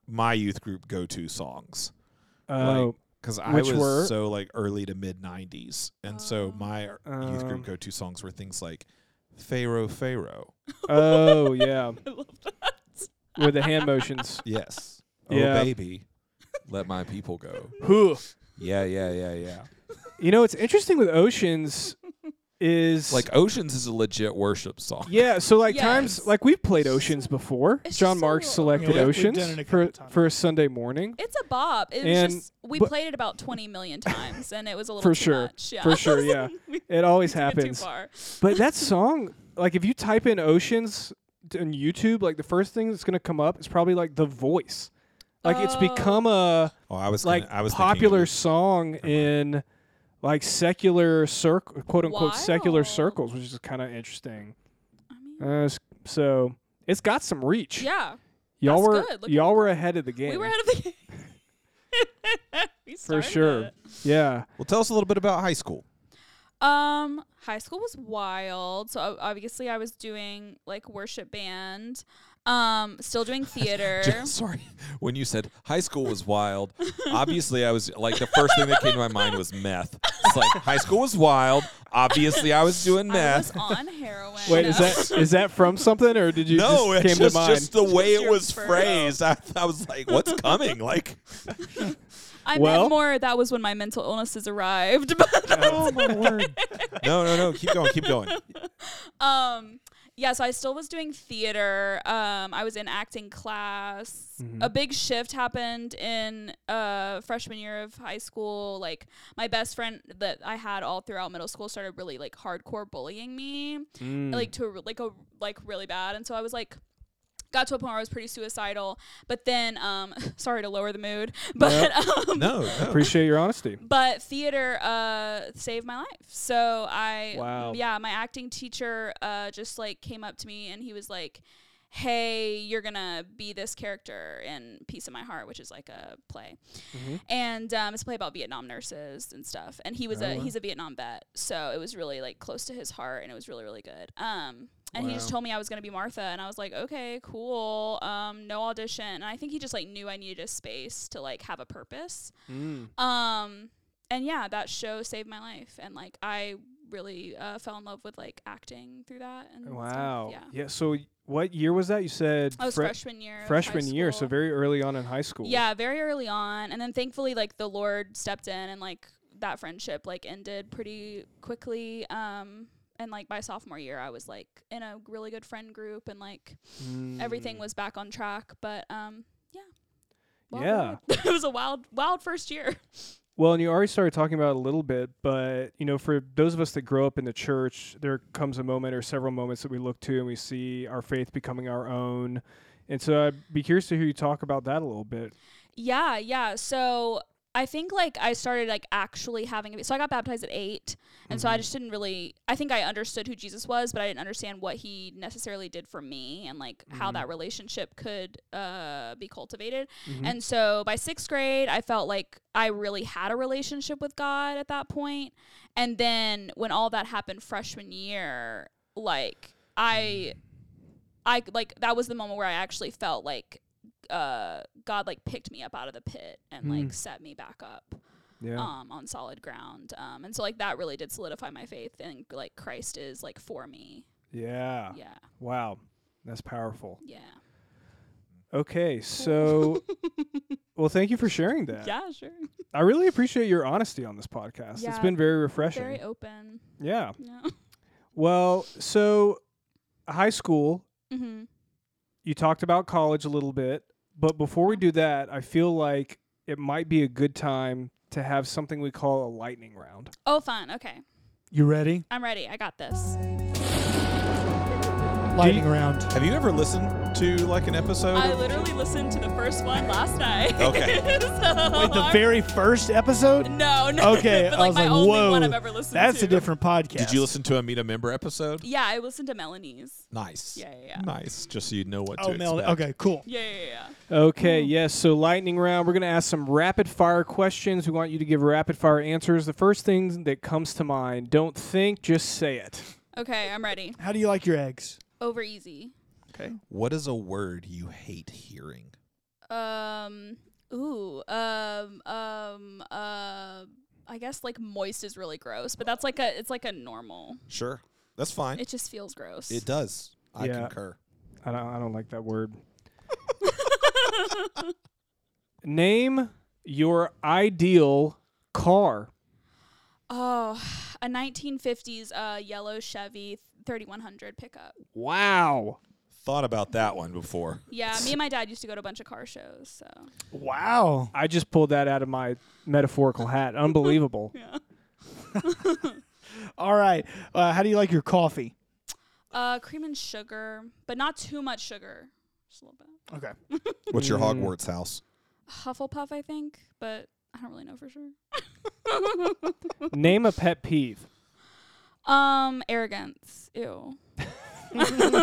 S2: my youth group go to songs.
S3: Oh,
S2: because I
S3: Which
S2: was
S3: were?
S2: so like early to mid '90s, and
S5: Oh.
S2: so my youth
S3: Um.
S2: group go-to songs were things like "Pharaoh, Pharaoh,"
S3: oh yeah. With the hand motions.
S2: yes,
S3: Yeah.
S2: oh baby, let my people go,
S3: Whew.
S2: yeah, yeah, yeah, yeah.
S3: You know, it's interesting with oceans is
S2: Like Oceans is a legit worship song.
S3: Yeah, so like
S5: Yes.
S3: times like we've played Oceans before.
S5: It's
S3: John
S5: so-
S3: Marks selected
S1: Yeah, we've- we've
S3: Oceans
S1: done it a
S3: for
S1: couple times.
S3: for a Sunday morning.
S5: It's a bop. It was
S3: And-
S5: just we
S3: but-
S5: played it about twenty million times, and it was a little
S3: For
S5: too
S3: sure.
S5: much. Yeah.
S3: For sure, yeah.
S5: We
S3: It always
S5: took it Too
S3: happens.
S5: far.
S3: But that song, like if you type in Oceans t- on YouTube, like the first thing that's gonna come up is probably like The Voice. Like it's
S5: Oh.
S3: become a
S2: Oh, I was
S3: like
S2: gonna, I was thinking Uh-huh.
S3: popular
S2: of-
S3: song in like secular circle, quote unquote secular
S5: Wild.
S3: circles, which is kind of interesting.
S5: I mean,
S3: Uh, s- so it's got some reach.
S5: yeah,
S3: y'all
S5: that's
S3: were
S5: good. Look at
S3: y'all were ahead of the game
S5: we were ahead of the game. We
S3: for
S5: started
S3: sure.
S5: it.
S3: Yeah.
S2: Well, tell us a little bit about high school.
S5: Um, high school was wild. So o- obviously, I was doing like worship band. Um, still doing theater.
S2: Just- Sorry, when you said high school was wild, obviously I was like the first thing that came to my mind was meth. It's like high school was wild. Obviously, I was doing
S5: I was
S2: meth.
S5: on heroin.
S3: Wait, is that is that from something or did you
S2: no,
S3: just
S2: it's
S3: came
S2: just,
S3: to mind?
S2: just the way
S5: Just
S2: it
S5: your
S2: was
S5: fur.
S2: phrased. I, I was like, "What's coming?" Like,
S5: I
S3: well-
S5: meant more. That was when my mental illnesses arrived. But
S3: oh my word.
S2: no, no, no. Keep going, keep going.
S5: um yeah so i still was doing theater um i was in acting class a big shift happened in uh freshman year of high school like my best friend that i had all throughout middle school started really like hardcore bullying me
S3: Mm.
S5: like to a re- like a like really bad and so i was like got to a point where i was pretty suicidal but then um sorry to lower the mood but um
S2: No, no.
S3: Appreciate your honesty.
S5: but theater uh, saved my life. So I,
S3: Wow.
S5: yeah, my acting teacher uh, just like came up to me and he was like, "Hey, you're gonna be this character in Piece of My Heart, which is like a play, and um, it's a play about Vietnam nurses and stuff." And he was a he's a Vietnam vet, so it was really like close to his heart, and it was really really good. Um, and he just told me I was gonna be Martha, and I was like, okay, cool. Um, no audition, and I think he just like knew I needed a space to like have a purpose.
S2: Mm.
S5: Um, and yeah, that show saved my life, and like I really uh, fell in love with like acting through that. And stuff.
S3: Wow.
S5: yeah.
S3: So y- what year was that? You said
S5: I was
S3: fre-
S5: freshman year. of
S3: freshman
S5: high
S3: year, so
S5: school.
S3: very early on in high school.
S5: yeah, very early on, and then thankfully like the Lord stepped in and like that friendship like ended pretty quickly. Um. And like my sophomore year, I was like in a really good friend group, and like
S3: Mm. Hmm.
S5: everything was back on track. But um, yeah,
S3: Yeah.
S5: ride. it was a wild, wild first year.
S3: Well, and you already started talking about it a little bit, but you know, for those of us that grow up in the church, there comes a moment or several moments that we look to and we see our faith becoming our own. And so I'd be curious to hear you talk about that a little bit.
S5: Yeah, yeah. So I think like I started like actually having a so I got baptized at eight, and so I just didn't really. I think I understood who Jesus was, but I didn't understand what he necessarily did for me and like how that relationship could uh, be cultivated.
S3: Mm-hmm.
S5: And so by sixth grade, I felt like I really had a relationship with God at that point. And then when all that happened freshman year, like I, I like that was the moment where I actually felt like uh, God like picked me up out of the pit and like set me back up
S3: Yeah.
S5: um, on solid ground. Um, and so like that really did solidify my faith and like Christ is like for me.
S3: Yeah.
S5: Yeah.
S3: Wow. That's powerful.
S5: Yeah.
S3: Okay, so well, thank you for sharing that.
S5: Yeah, sure.
S3: I really appreciate your honesty on this podcast. It's
S5: Yeah.
S3: been very refreshing.
S5: Very open.
S3: yeah.
S5: Yeah.
S3: Well, so high school,
S5: hmm
S3: you talked about college a little bit, but before we do that, I feel like it might be a good time to have something we call a lightning round.
S5: Oh, fun. Okay.
S1: You ready?
S5: I'm ready. I got this.
S1: Lightning round.
S2: Have you ever listened to like an episode?
S5: I
S2: of-
S5: literally listened to the first one last night.
S2: Okay.
S5: So
S1: Wait, the
S5: I'm-
S1: very first episode?
S5: No, no.
S1: Okay,
S5: but
S1: I
S5: like
S1: was
S5: my
S1: like,
S5: only
S1: whoa,
S5: one I've ever listened
S1: that's
S5: to.
S1: a different podcast.
S2: Did you listen to a Meet a Member episode?
S5: Yeah, I listened to Melanie's.
S2: Nice.
S5: Yeah, yeah, yeah.
S2: Nice. Just so you know what
S1: Oh,
S2: to
S1: Mel.
S2: expect.
S1: Okay, cool.
S5: Yeah, yeah, yeah.
S3: Okay, yes. So lightning round, we're going to ask some rapid fire questions. We want you to give rapid fire answers. The first thing that comes to mind, don't think, just say it.
S5: Okay, I'm ready.
S1: How do you like your eggs?
S5: Over easy.
S2: What is a word you hate hearing?
S5: Um. Ooh. Um. Um. Uh. I guess like moist is really gross, but that's like a it's like a normal.
S2: Sure. That's fine.
S5: It just feels gross.
S2: it does. I
S3: Yeah.
S2: concur.
S3: I don't, I don't like that word. Name your ideal car.
S5: oh, a 1950s uh yellow Chevy 3100 pickup.
S3: Wow.
S2: Thought about that one before.
S5: Yeah, me and my dad used to go to a bunch of car shows, so
S1: Wow.
S3: I just pulled that out of my metaphorical hat. Unbelievable.
S5: yeah.
S1: All right. Uh, how do you like your coffee?
S5: Uh, cream and sugar, but not too much sugar. Just a little bit.
S1: Okay.
S2: What's your
S3: Mm.
S2: Hogwarts house?
S5: Hufflepuff, I think, but I don't really know for sure.
S3: Name a pet peeve.
S5: Um, arrogance. Ew.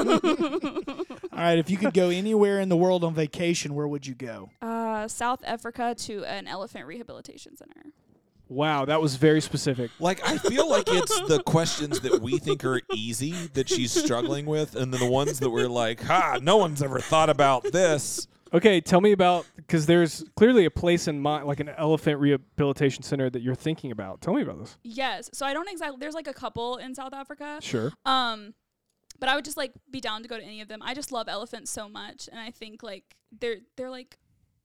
S1: All right. If you could go anywhere in the world on vacation, where would you go?
S5: Uh, South Africa to an elephant rehabilitation center.
S3: Wow, that was very specific.
S2: Like I feel like it's the questions that we think are easy that she's struggling with, and then the ones that we're like, "Ha, no one's ever thought about this."
S3: Okay, tell me about because there's clearly a place in mind, like an elephant rehabilitation center that you're thinking about. Tell me about this.
S5: Yes. So I don't exactly. There's like a couple in South Africa.
S3: Sure.
S5: Um, but I would just like be down to go to any of them. I just love elephants so much, and I think like they're they're like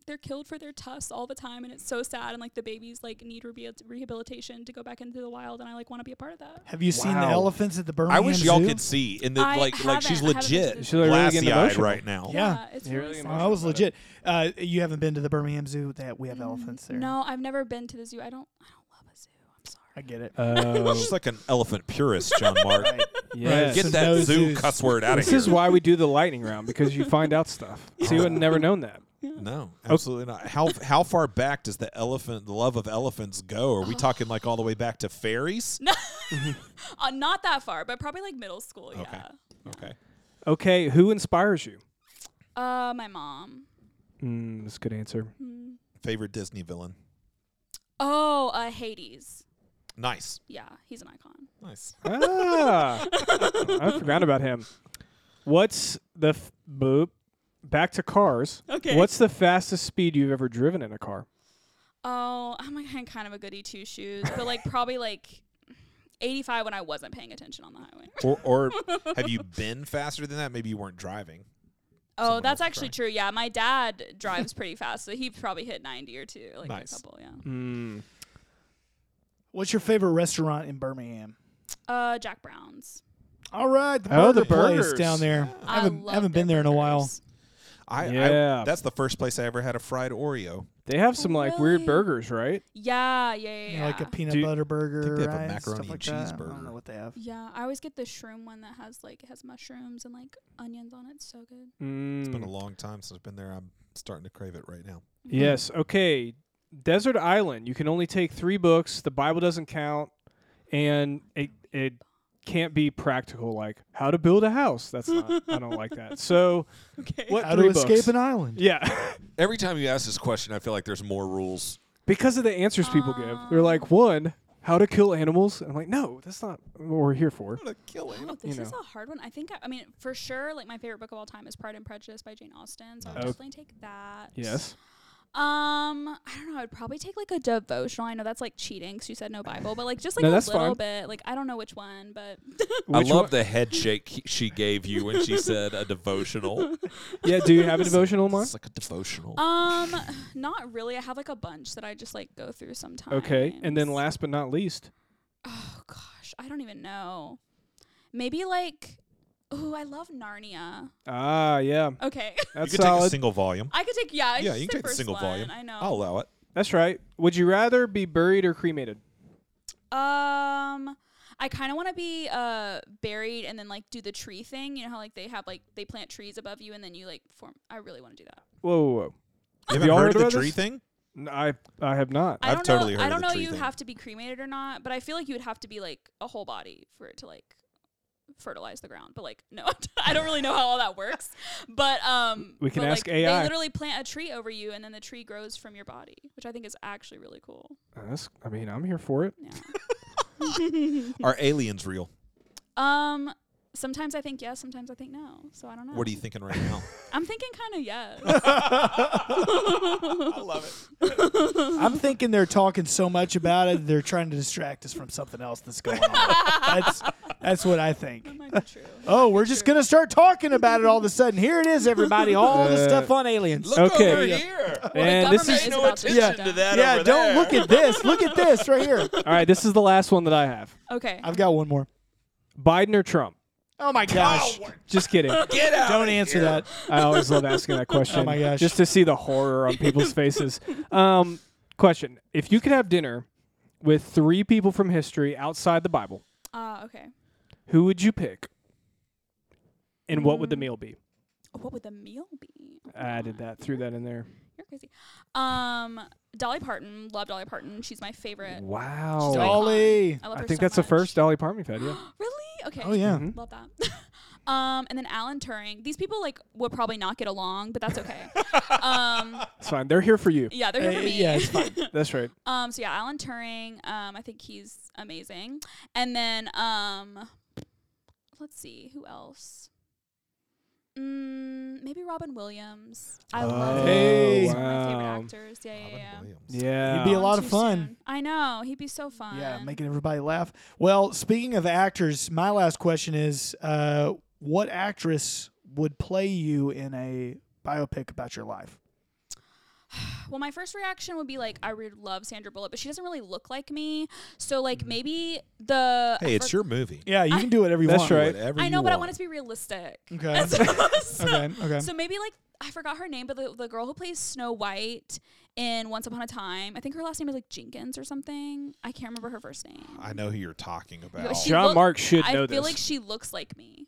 S5: they're killed for their tusks all the time, and it's so sad. And like the babies like need rehabil- rehabilitation to go back into the wild, and I like want to be a part of that.
S1: Have you seen the
S3: Wow.
S1: elephants at the Birmingham
S2: I wish y'all
S1: Zoo?
S2: could see, and that
S5: I
S2: like like she's
S5: haven't- I haven't
S2: legit,
S5: been to
S3: the zoo. She's really getting
S2: glassy-eyed
S3: emotional.
S2: right now.
S1: Yeah.
S5: Oh, it's
S3: You're
S5: really,
S3: really
S5: sad.
S1: Oh, that was legit. Uh, you haven't been to the Birmingham Zoo. That we have elephants there.
S5: Mm, No, I've never been to the zoo. I don't. I don't love a zoo. I'm sorry.
S1: I get it.
S3: Oh,
S2: She's like an elephant purist, John Mark.
S1: Right.
S3: yes.
S2: Get
S1: So
S2: that
S1: no
S2: zoo
S1: zoos.
S2: cuss word out of
S3: This
S2: here.
S3: is why we do the lightning round because you find out stuff. So you would have never known that.
S2: No, absolutely not. How how far back does the elephant, the love of elephants, go? Are we talking like all the way back to fairies?
S5: Uh, not that far, but probably like middle school. Yeah.
S2: Okay.
S3: Okay, who inspires you?
S5: Uh, my mom. Hmm.
S3: Mm, that's a good answer.
S2: Favorite Disney villain?
S5: Oh, uh, Hades.
S2: Nice,
S5: Yeah, he's an icon.
S2: nice.
S3: ah, I forgot about him. What's the f- boop? Back to cars.
S5: Okay.
S3: What's the fastest speed you've ever driven in a car?
S5: Oh, I'm like, I'm kind of a goody two shoes, but like probably like 85 when I wasn't paying attention on the highway.
S2: Or, or have you been faster than that? Maybe you weren't driving.
S5: Oh, that's
S2: else
S5: actually true. Yeah, my dad drives pretty fast, so he probably hit 90 or two, like
S2: Nice.
S5: a couple. Yeah.
S3: Mm.
S1: What's your favorite restaurant in Birmingham?
S5: Uh, Jack Brown's.
S1: All right, the
S3: Oh, the
S1: burger place
S3: burgers.
S1: down there.
S5: I
S1: haven't
S5: love
S1: haven't
S5: their
S1: been there in a while.
S5: burgers.
S2: I, I
S3: Yeah.
S2: that's the first place I ever had a fried Oreo.
S3: They have some like weird
S5: Really?
S3: burgers, right?
S5: Yeah, yeah, yeah.
S1: You
S5: Yeah.
S1: know, like a peanut
S3: Do you-
S1: butter burger,
S2: think they have a
S1: right?
S2: macaroni
S1: Stuff like
S2: and
S1: that. I
S2: cheeseburger.
S1: don't know what they have.
S5: yeah, I always get the shroom one that has like it has mushrooms and like onions on it. So good.
S2: It's been a
S3: Mm.
S2: long time since I've been there. I'm starting to crave it right now.
S3: Yes. Okay. Desert Island. You can only take three books. The Bible doesn't count, and it it can't be practical. Like how to build a house. That's not. I don't like that. So
S5: Okay.
S3: what?
S1: How
S3: three
S1: to
S3: books?
S1: escape an island?
S3: Yeah.
S2: Every time you ask this question, I feel like there's more rules.
S3: because of the answers people give. They're like one, how to kill animals. I'm like, no, that's not what we're here for.
S2: I'm gonna kill him.
S5: Oh, this is
S3: know.
S5: a hard one. I think I, I mean for sure. Like my favorite book of all time is Pride and Prejudice by Jane Austen, so I'll
S3: Okay.
S5: definitely take that.
S3: Yes.
S5: Um, I don't know. I'd probably take like a devotional. I know that's like cheating because you said no Bible, but like just like
S3: No,
S5: a
S3: that's
S5: little bit. Like I don't know which one, but
S2: I
S3: Which
S2: love
S3: one-
S2: the head shake he- she gave you when she said a devotional.
S3: Yeah, do you have a devotional, Mark?
S2: It's like a devotional.
S5: um, not really. I have like a bunch that I just like go through sometimes.
S3: Okay, and then last but not least,
S5: oh gosh, I don't even know. Maybe like, oh, I love Narnia.
S3: ah, yeah,
S5: Okay,
S3: that's
S2: you could take a
S3: solid.
S2: single volume.
S5: I could take yeah. I
S2: yeah, you
S5: just said
S2: can take the
S5: first
S2: single
S5: one.
S2: volume.
S5: I know.
S2: I'll allow it.
S3: that's right. Would you rather be buried or cremated?
S5: Um, I kind of want to be uh buried and then like do the tree thing. You know how like they have like they plant trees above you and then you like form. I really want to do that.
S3: Whoa, whoa, whoa.
S2: You
S3: y'all
S2: haven't heard
S3: heard
S2: of the
S3: about
S2: tree
S3: this?
S2: thing?
S3: N- I I have not.
S5: I
S2: I've
S5: don't
S2: totally
S5: know.
S2: heard
S5: I
S2: of
S5: don't
S2: the
S5: know.
S2: tree
S5: You
S2: thing.
S5: have to be cremated or not, but I feel like you would have to be like a whole body for it to like fertilize the ground. But like, no, I don't really know how all that works. But um,
S3: We can
S5: but,
S3: ask
S5: like,
S3: AI.
S5: They literally plant a tree over you, and then the tree grows from your body, which I think is actually really cool.
S3: Uh, That's, I mean, I'm here for it.
S5: Yeah.
S2: Are aliens real?
S5: um. Sometimes I think yes. Sometimes I think no. So I don't know.
S2: What are you thinking right now?
S5: I'm thinking kind of yes.
S1: I'm thinking they're talking so much about it, they're trying to distract us from something else that's going on. that's that's what I think.
S5: That might be true.
S1: Oh, we're just gonna start talking about it all of a sudden. Here it is, everybody. All the
S3: Uh,
S1: stuff on aliens.
S2: Look
S3: Okay.
S2: over
S3: Yeah.
S2: here.
S3: and Oh, this is
S5: government
S2: Pay
S5: It's
S2: no
S5: about to
S2: attention
S5: shut
S2: to
S5: down.
S2: that.
S1: yeah,
S2: over
S1: don't
S2: there.
S1: look at this. Look at this right here.
S3: all right. This is the last one that I have.
S5: Okay.
S1: I've got one more.
S3: Biden or Trump?
S1: Oh my gosh!
S3: Just kidding.
S2: Get out.
S1: Don't answer that.
S3: I always love asking that question.
S1: Oh my gosh.
S3: Just to see the horror on people's faces. Um, question: If you could have dinner with three people from history outside the Bible,
S5: Ah, okay.
S3: who would you pick? And what would the meal be?
S5: What would the meal be? Oh my
S3: I
S5: God.
S3: added that, threw that in there.
S5: You're crazy. Um, Dolly Parton. Love Dolly Parton. She's my favorite.
S3: Wow.
S5: She's
S1: Dolly.
S5: I love
S3: I
S5: her
S3: think
S5: so
S3: that's the
S5: much.
S3: first Dolly Parton we've had. Yeah.
S5: Really? Okay.
S1: Oh yeah.
S3: Mhm.
S5: Love that. um, and then Alan Turing. These people like would probably not get along, but that's okay. um,
S3: It's fine. They're here for you.
S5: yeah, they're here
S1: Uh,
S5: for me.
S1: yeah, it's fine.
S3: That's right.
S5: Um, so yeah, Alan Turing. Um, I think he's amazing. And then um, let's see who else. Mm, maybe Robin Williams. I
S2: Oh,
S5: love him.
S1: Hey.
S5: He's one of my
S3: Wow.
S5: favorite actors. Yeah, yeah, yeah.
S3: Yeah.
S1: You'd be a
S5: Gone
S1: lot of
S5: too
S1: fun.
S5: soon. I know he'd be so fun.
S1: Yeah, making everybody laugh. Well, speaking of actors, my last question is uh, what actress would play you in a biopic about your life?
S5: Well, my first reaction would be like, I would love Sandra Bullock, but she doesn't really look like me. So
S1: Mm-hmm.
S5: like maybe the
S2: Hey, it's your movie.
S1: Yeah, you can do whatever you
S3: That's
S1: want.
S3: right.
S2: Whatever
S5: I
S2: you
S5: know, but I want
S2: want
S5: it to be realistic.
S1: Okay.
S5: So, so-
S1: Mm-hmm. Okay. Okay.
S5: so maybe like I forgot her name, but the, the girl who plays Snow White in Once Upon a Time, I think her last name is like Jenkins or something. I can't remember her first name.
S2: I know who you're talking
S5: But
S2: about.
S5: she
S3: John
S5: look-
S3: Mark should
S5: I
S3: know
S5: feel
S3: this.
S5: like she looks like me.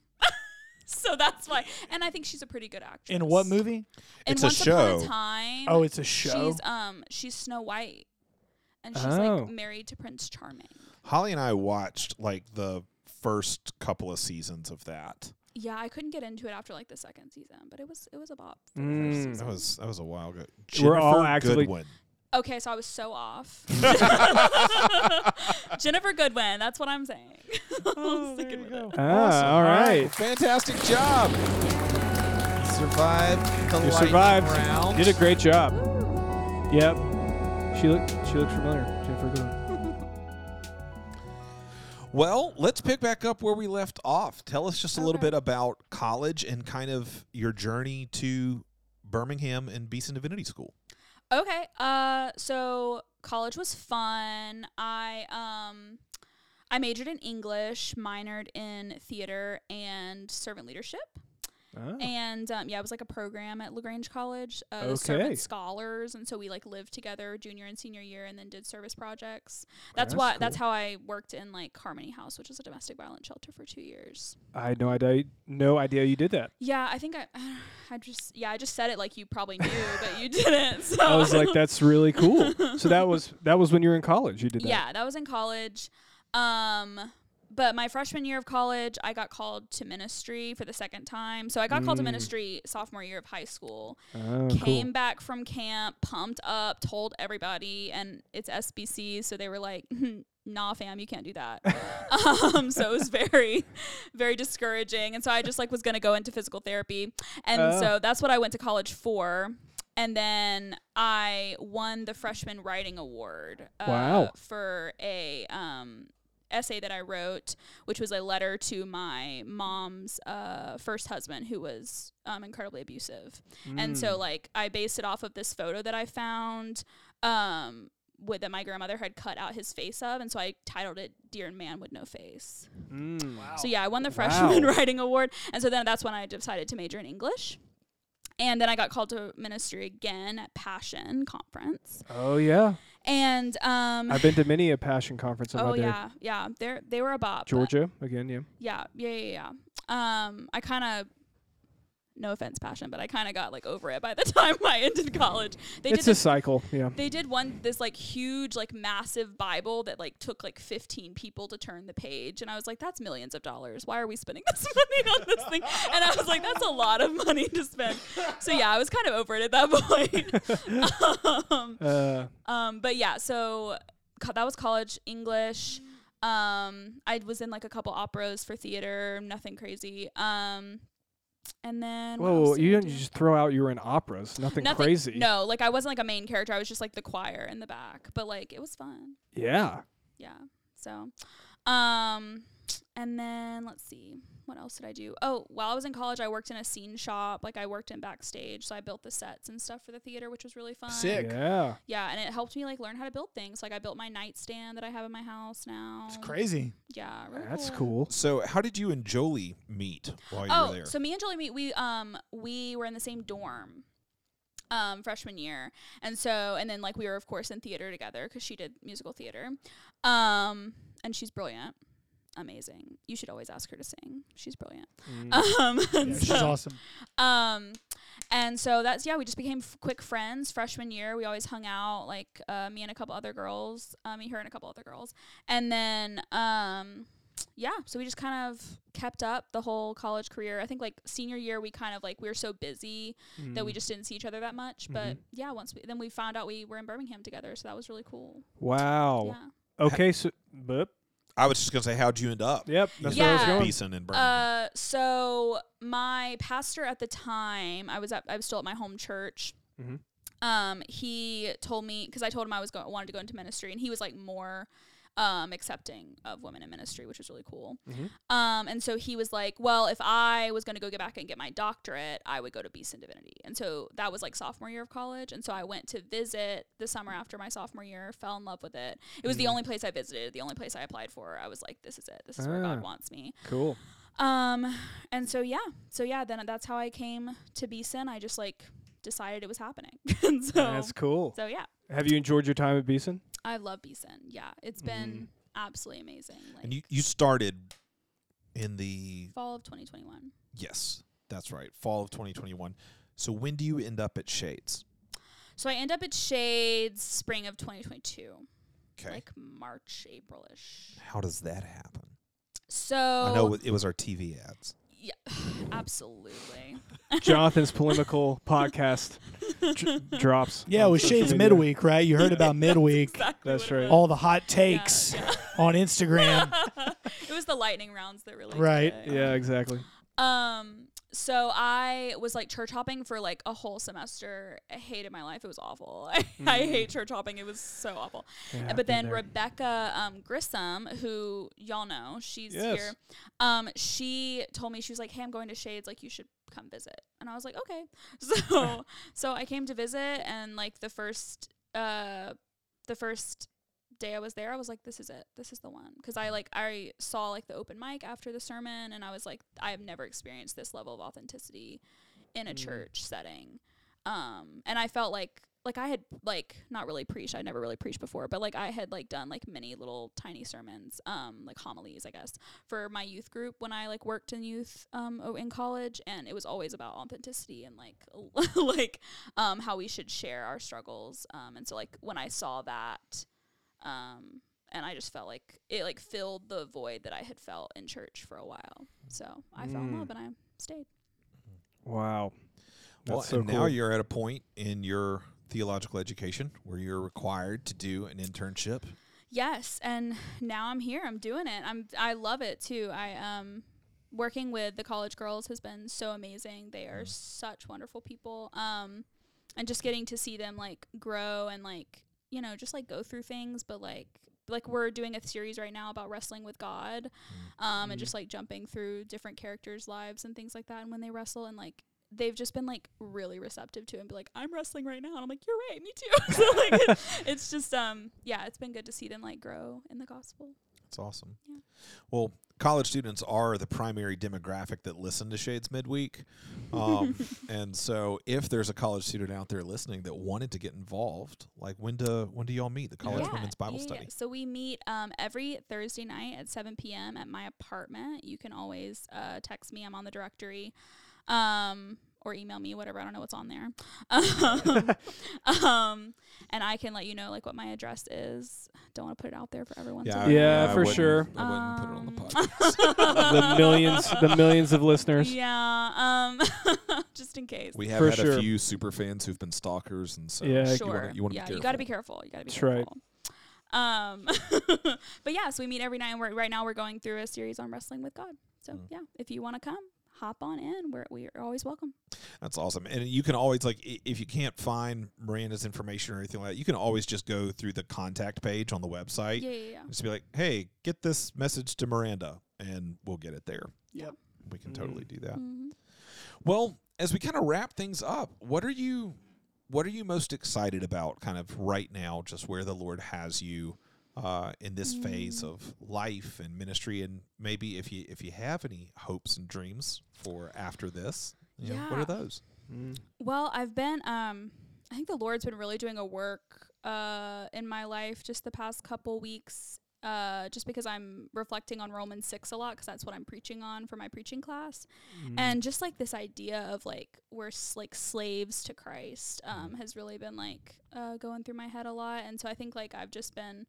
S5: so that's why, and I think she's a pretty good actress.
S1: In what movie?
S5: In
S2: It's a
S5: Once Upon
S2: show.
S5: a Time.
S1: Oh, it's a show.
S5: She's um she's Snow White, and she's
S3: Oh.
S5: like married to Prince Charming.
S2: Holly and I watched like the first couple of seasons of that.
S5: Yeah, I couldn't get into it after like the second season, but it was it was a bop. for the first
S3: Mm.
S5: season.
S2: That was that was a while ago.
S3: We're all
S2: Jennifer
S3: actively-
S2: Goodwin.
S5: Okay, so I was so off. Jennifer Goodwin, that's what I'm saying. Oh,
S3: Ah, all right.
S2: Fantastic job. Survived the
S3: You
S2: lightning
S3: survived.
S2: round.
S3: You Did a great job. Yep. She look she looks familiar. Jennifer Goodwin.
S2: Well, let's pick back up where we left off. Tell us just a little
S5: Okay.
S2: bit about college and kind of your journey to Birmingham and Beeson Divinity School.
S5: Okay. Uh so college was fun. I um I majored in English, minored in theater and servant leadership.
S3: Oh.
S5: And um, yeah, it was like a program at Lagrange College, uh, the
S3: Okay.
S5: servant scholars, and so we like lived together junior and senior year, and then did service projects. That's,
S3: That's
S5: why that's how I worked in like Harmony House, which is a domestic violence shelter for two years.
S3: I had no idea no idea you did that.
S5: Yeah, I think I, I just yeah, I just said it like you probably knew, but you didn't. So
S3: I was like, that's really cool. So that was that was when you were in college. You did that.
S5: Yeah, that was in college. Um, but my freshman year of college, I got called to ministry for the second time. So I got called to
S3: Mm.
S5: ministry sophomore year of high school.
S3: Oh,
S5: Came
S3: cool.
S5: back from camp, pumped up, told everybody, and it's SBC, so they were like, "Nah, fam, you can't do that." um, so it was very, very discouraging, and so I just like was gonna go into physical therapy, and
S3: Oh.
S5: so that's what I went to college for. and then I won the freshman writing award. Uh,
S3: Wow.
S5: For a um, essay that I wrote, which was a letter to my mom's uh, first husband, who was um, incredibly abusive.
S3: Mm,
S5: And so, like, I based it off of this photo that I found. Um, with, that my grandmother had cut out his face of, and so I titled it "Dear Man with No Face."
S3: mm,
S5: So yeah, I won the freshman writing award, and so then that's when I decided to major in English. And then I got called to ministry again at Passion Conference,
S3: Oh yeah,
S5: and um,
S3: I've been to many a passion conference on
S5: oh
S3: my day.
S5: yeah, yeah, they are they were a bop. but-
S3: Georgia again, yeah.
S5: yeah, yeah, yeah, yeah. Um, I kind of, no offense, Passion, but I kind of got like over it by the time I ended college. They
S3: It's a
S5: did this,
S3: cycle, yeah.
S5: they did one this like huge like massive Bible that like took like 15 people to turn the page, and I was like, that's millions of dollars. Why are we spending this money on this thing? And I was like, that's a lot of money to spend. So yeah, I was kind of over it at that point. um,
S3: Uh,
S5: um, but yeah, so co- that was college English. Um, I was in like a couple operas for theater, nothing crazy. Um, and then what
S3: whoa,
S5: else
S3: whoa,
S5: did
S3: you
S5: I
S3: didn't
S5: do?
S3: just throw out you were in operas, nothing,
S5: nothing
S3: crazy.
S5: No, like I wasn't like a main character. I was just like the choir in the back, but like it was fun.
S3: Yeah.
S5: Yeah. So, um, and then let's see, what else did I do? Oh, while I was in college, I worked in a scene shop. Like I worked in backstage, so I built the sets and stuff for the theater, which was really fun.
S1: Sick.
S3: Yeah.
S5: Yeah, and it helped me like learn how to build things. Like I built my nightstand that I have in my house now.
S1: It's crazy.
S5: Yeah, really
S3: That's cool.
S2: So, how did you and Jolie meet while you were
S5: Oh,
S2: there?
S5: so me and Jolie meet. We um we were in the same dorm, um freshman year, and so and then like we were of course in theater together because she did musical theater, um and she's brilliant, amazing. You should always ask her to sing. She's brilliant. Um, and
S1: Yeah,
S5: so,
S1: she's awesome.
S5: Um, and so that's yeah, we just became f- quick friends freshman year. We always hung out like uh, me and a couple other girls, um, me, her, and a couple other girls, and then um, yeah, so we just kind of kept up the whole college career. I think like senior year, we kind of like we were so busy that
S3: Mm.
S5: we just didn't see each other that much. But yeah, once we then we found out we were in Birmingham together, so that was really cool.
S3: Wow.
S5: Yeah.
S3: Okay, so boop.
S2: I was just gonna say, how'd you end up?
S3: Yep, that's
S5: where I was Yeah. going.
S2: Beeson and Burn.
S5: Uh, so my pastor at the time, I was at, I was still at my home church.
S3: Mhm.
S5: Um, he told me because I told him I was going wanted to go into ministry, and he was like more. Um, accepting of women in ministry, which was really cool.
S3: Mhm.
S5: Um, and so he was like, "Well, if I was going to go get back and get my doctorate, I would go to Beeson Divinity." And so that was like sophomore year of college. And so I went to visit the summer after my sophomore year, fell in love with it. It was the only place I visited, the only place I applied for. I was like, "This is it. This is where
S3: Ah.
S5: God wants me."
S3: Cool.
S5: Um, and so yeah, so yeah, then that's how I came to Beeson. I just like decided it was happening, and so
S3: That's cool.
S5: Oh. so yeah,
S3: Have you enjoyed your time at Beeson?
S5: I love Beeson. Yeah, it's been absolutely amazing. Like
S2: Mm-hmm. and you you started in the
S5: fall of 2021.
S2: yes, that's right, fall of 2021. So when do you end up at Shades?
S5: So I end up at Shades spring of 2022,
S2: Okay,
S5: like March, Aprilish.
S2: how does that happen?
S5: So
S2: I
S5: Oh.
S2: know it was our TV ads.
S5: yeah, absolutely.
S3: Jonathan's polemical podcast dr- drops.
S1: Yeah, it
S3: on
S1: was
S3: social
S1: Shades
S3: media.
S1: Midweek, right? You heard about Midweek.
S5: Exactly
S3: That's
S5: what it
S3: right.
S1: All the hot takes on Instagram.
S5: was. It was the lightning rounds that really did
S1: Right.
S5: it.
S3: Yeah, exactly.
S5: Um, so I was like church hopping for like a whole semester. I hated my life. It was awful. I, I hate church hopping. It was so awful.
S3: Yeah, I've Mm. been
S5: but then
S3: there.
S5: Rebecca um, Grissom, who y'all know, she's
S3: Yes.
S5: here. Um, she told me she was like, "Hey, I'm going to Shades. Like, you should come visit." And I was like, "Okay." So, so I came to visit, and like the first, uh, the first day I was there, I was like, "This is it. This is the one." Because I like I saw like the open mic after the sermon, and I was like, "I have never experienced this level of authenticity in a church setting." Um, and I felt like like I had like not really preached. I never really preached before, but like I had like done like many little tiny sermons, um, like homilies, I guess, for my youth group when I like worked in youth um o- in college, and it was always about authenticity and like like um how we should share our struggles. Um, and so like when I saw that, um, and I just felt like it like filled the void that I had felt in church for a while. So I fell in
S3: Mm.
S5: love and I stayed.
S3: Wow. That's
S2: well,
S3: so
S2: and
S3: cool.
S2: now you're at a point in your theological education where you're required to do an internship.
S5: Yes, and now I'm here. I'm doing it. I'm I love it too. I um working with the college girls has been so amazing. They are such wonderful people. Um and just getting to see them like grow and like you know just like go through things but like like we're doing a series right now about wrestling with god um and just like jumping through different characters lives and things like that and when they wrestle and like they've just been like really receptive to it and be like i'm wrestling right now and i'm like you're right me too so like it, it's just um yeah it's been good to see them like grow in the gospel
S2: It's awesome.
S5: Yeah.
S2: Well, college students are the primary demographic that listen to Shades Midweek. Um, and so if there's a college student out there listening that wanted to get involved, like when do when do y'all meet? The college
S5: Yeah,
S2: women's Bible
S5: yeah, yeah.
S2: study.
S5: So we meet um, every Thursday night at 7 p.m. at my apartment. You can always uh, text me. I'm on the directory. Um, or email me, whatever. I don't know what's on there. Um, um, and I can let you know like what my address is. Don't want to put it out there for everyone. to
S2: I-
S5: look.
S3: Yeah,
S2: I
S3: for
S2: wouldn't-
S3: sure.
S2: I wouldn't put it on the
S5: Um,
S2: podcast.
S3: the millions, the millions of listeners.
S5: yeah. Um, just in case.
S2: we have
S3: For
S2: had a
S3: sure.
S2: few super fans who've been stalkers and so
S3: Yeah.
S2: you wanna-
S5: sure.
S2: you wanna be
S5: yeah, you got to be
S2: careful.
S5: careful. You got to be
S3: That's right.
S5: careful. Um, but yeah, so we meet every night. And we're, right now, we're going through a series on wrestling with God. So
S2: Mm.
S5: yeah, if you want to come, hop on in. We're we are always welcome.
S2: That's awesome. And you can always like i- if you can't find Miranda's information or anything like that, you can always just go through the contact page on the website.
S5: Yeah, yeah, yeah.
S2: Just be like, hey, get this message to Miranda and we'll get it there.
S1: Yep.
S2: We can totally
S3: Mm-hmm.
S2: do that.
S5: Mhm.
S2: Well, as we kind of wrap things up, what are you what are you most excited about kind of right now, just where the Lord has you uh, in this phase
S3: Mm.
S2: of life and ministry and maybe if you if you have any hopes and dreams for after this, you know, what
S5: Yeah.
S2: are those?
S3: Mm,
S5: Well, I've been um I think the Lord's been really doing a work uh in my life just the past couple weeks uh just because I'm reflecting on Romans 6 a lot cuz that's what I'm preaching on for my preaching class.
S3: mm, Mm-hmm.
S5: And just like this idea of like we're s- like slaves to Christ um has really been like uh going through my head a lot and so I think like I've just been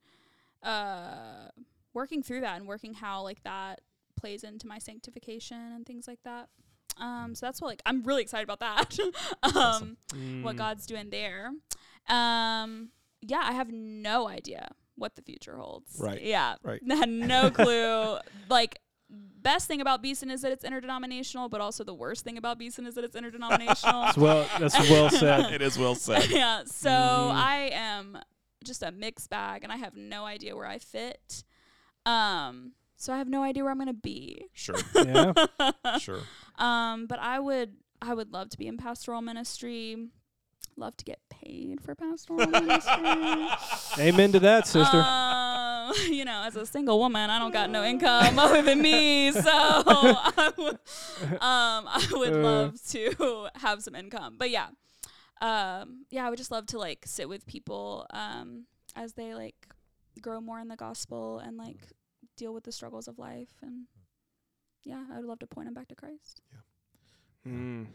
S5: uh working through that and working how like that plays into my sanctification and things like that. Um, so that's what like I'm really excited about that. um,
S3: mm.
S5: what
S2: Hmm.
S5: God's doing there. Um, yeah, I have no idea what the future holds.
S2: Right,
S5: Yeah.
S2: right.
S5: I had no clue. like best thing about Beeson is that it's interdenominational, but also the worst thing about Beeson is that it's interdenominational.
S3: Well, that's well said.
S2: it is well said. Mm-hmm.
S5: yeah. So I am just a mixed bag and I have no idea where I fit. Um, so I have no idea where I'm gonna be.
S2: Sure,
S3: Yeah.
S2: sure.
S5: Um, but I would I would love to be in pastoral ministry. Love to get paid for pastoral ministry.
S3: Amen to that, sister.
S5: Um, you know, as a single woman, I don't got no income other than me, so I would- um, I would
S3: Uh.
S5: love to have some income. But yeah, um, yeah, I would just love to like sit with people um, as they like grow more in the gospel and like deal with the struggles of life, and yeah, I would love to point them back to Christ.
S3: Mm.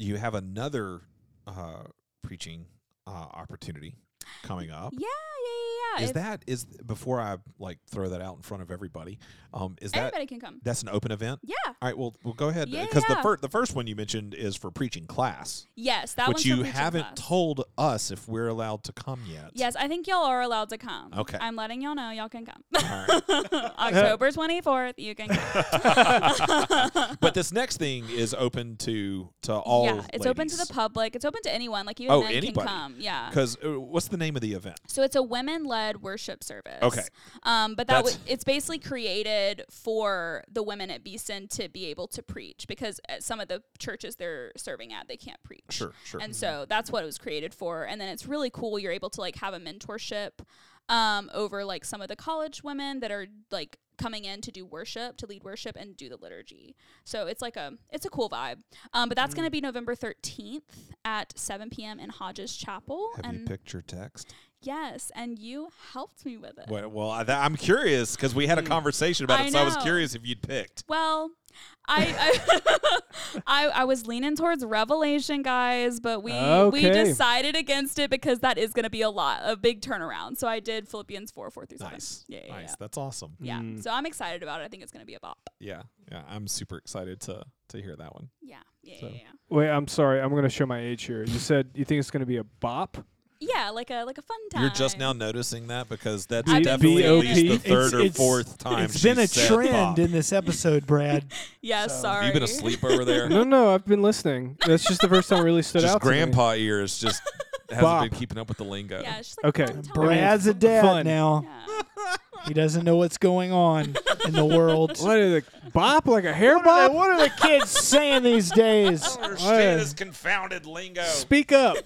S2: You have another uh, preaching uh, opportunity coming up.
S5: Yeah, yeah, yeah, yeah.
S2: Is
S5: If
S2: that is before I like throw that out in front of everybody? Um, is that
S5: anybody can come?
S2: that's an open event?
S5: Yeah.
S2: All right, well, well, go ahead
S5: Yeah,
S2: because the
S5: yeah.
S2: first the first one you mentioned is for preaching class,
S5: Yes, that
S2: which
S5: one's for
S2: you
S5: preaching
S2: haven't
S5: class.
S2: told us if we're allowed to come yet.
S5: Yes, I think y'all are allowed to come.
S2: Okay.
S5: I'm letting y'all know y'all can come.
S2: All
S5: October 24th, you can come.
S2: right. but this next thing is open to to all.
S5: yeah, it's open to the public. It's open to anyone. Like even
S2: Oh,
S5: men
S2: anybody.
S5: can come. Yeah.
S2: Because uh, what's the name of the event?
S5: So it's a women-led worship service.
S2: Okay.
S5: Um, but that
S2: That's-
S5: w- it's basically created for the women at Beeson to be able to preach because at some of the churches they're serving at they can't preach.
S2: Sure, sure.
S5: And so that's what it was created for. And then it's really cool. You're able to like have a mentorship um, over like some of the college women that are like coming in to do worship, to lead worship and do the liturgy. So it's like a it's a cool vibe. Um, but that's
S2: Mm.
S5: going to be November 13th at 7 p.m. in Hodges Chapel.
S2: Have you
S5: and
S2: picked your text?
S5: yes, and you helped me with it.
S2: Well, well I, th- I'm curious because we had a conversation about
S5: I
S2: it, so I was
S5: know.
S2: curious if you'd picked.
S5: Well, I I, I I was leaning towards Revelation, guys, but we we
S3: Okay.
S5: decided against it because that is going to be a lot, a big turnaround. So I did Philippians four four through seven.
S2: Nice,
S5: Yeah, yeah,
S2: nice. That's awesome.
S5: yeah. Yeah. So I'm excited about it. I think it's going to be a bop.
S2: Yeah, yeah. I'm super excited to to hear that one.
S5: Yeah, yeah,
S2: So-
S5: yeah, yeah.
S3: Wait, I'm sorry. I'm going to show my age here. You said you think it's going to be a bop?
S5: yeah, like a like a fun time.
S2: You're just now noticing that because that's
S5: I've been
S2: definitely at
S5: saying
S2: least
S5: it.
S2: the
S1: It's-
S2: third or
S1: it's-
S2: fourth time.
S1: It's been
S2: she
S1: a
S2: said
S1: trend
S2: Bob.
S1: in this episode, Brad.
S5: Yeah,
S1: So-
S5: sorry.
S2: You've been asleep over there.
S3: No, no, I've been listening. That's just the first time it really stood
S2: just
S3: out. to me.
S2: grandpa ears just hasn't
S3: Bop.
S2: been keeping up with the lingo.
S5: Yeah, it's just like
S3: Okay.
S5: fun time.
S1: Brad's a dad
S3: Fun.
S1: now.
S5: Yeah.
S1: He doesn't know what's going on in the world.
S3: What is it? Bop like a hair
S1: What are
S3: bop?
S1: the- what are the kids saying these days?
S3: understand this
S2: confounded lingo.
S3: Speak up.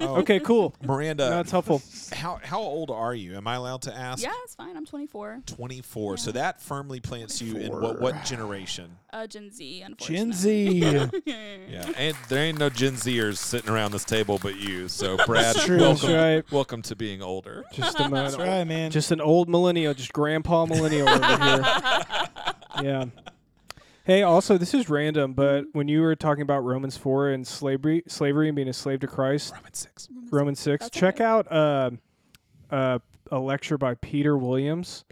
S3: Okay, cool.
S2: Miranda,
S3: That's helpful.
S2: how how old are you? Am I allowed to ask?
S5: yeah, it's fine. I'm 24.
S2: 24. So that firmly plants you in what what generation?
S5: Uh, Gen Z,
S1: Gen
S5: unfortunately.
S1: Z.
S2: Yeah, and there ain't no Gen Zers sitting around this table but you. So Brad,
S1: true.
S3: That's
S2: welcome,
S3: right.
S2: welcome to being older.
S3: Just a
S1: That's right, man.
S3: Just an old millennial, just grandpa millennial over here. Yeah. Hey, also, this is random, but when you were talking about Romans 4 and slavery, slavery and being a slave to Christ,
S2: Roman six.
S3: Romans 6, check out uh, uh, a lecture by Peter Williams.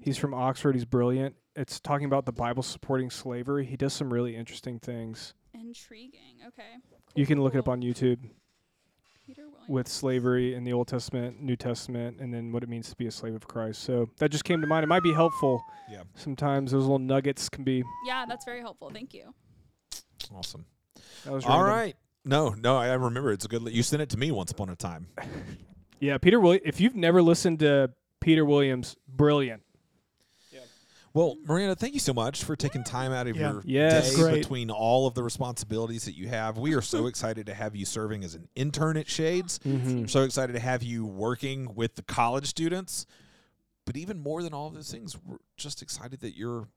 S3: He's from Oxford. He's brilliant. It's talking about the Bible supporting slavery. He does some really interesting things.
S5: Intriguing. Okay.
S3: You can look it up
S5: cool.
S3: on YouTube
S5: Peter Williams.
S3: with slavery in the Old Testament, New Testament, and then what it means to be a slave of Christ. So that just came to mind. It might be helpful.
S2: Yeah.
S3: Sometimes those little nuggets can be.
S5: Yeah, that's very helpful. Thank you.
S2: Awesome.
S3: That was
S2: All
S3: random.
S2: right. No, no, I I remember. It's a good. Li- you sent it to me once upon a time.
S3: Yeah, Peter. Will- if you've never listened to Peter Williams, brilliant.
S2: Well, Miranda, thank you so much for taking time out of
S1: Yeah.
S2: your
S3: Yes.
S2: day
S1: That's great.
S2: between all of the responsibilities that you have. We are so excited to have you serving as an intern at Shades.
S1: Mm.
S2: We're so excited to have you working with the college students. But even more than all of those things, we're just excited that you're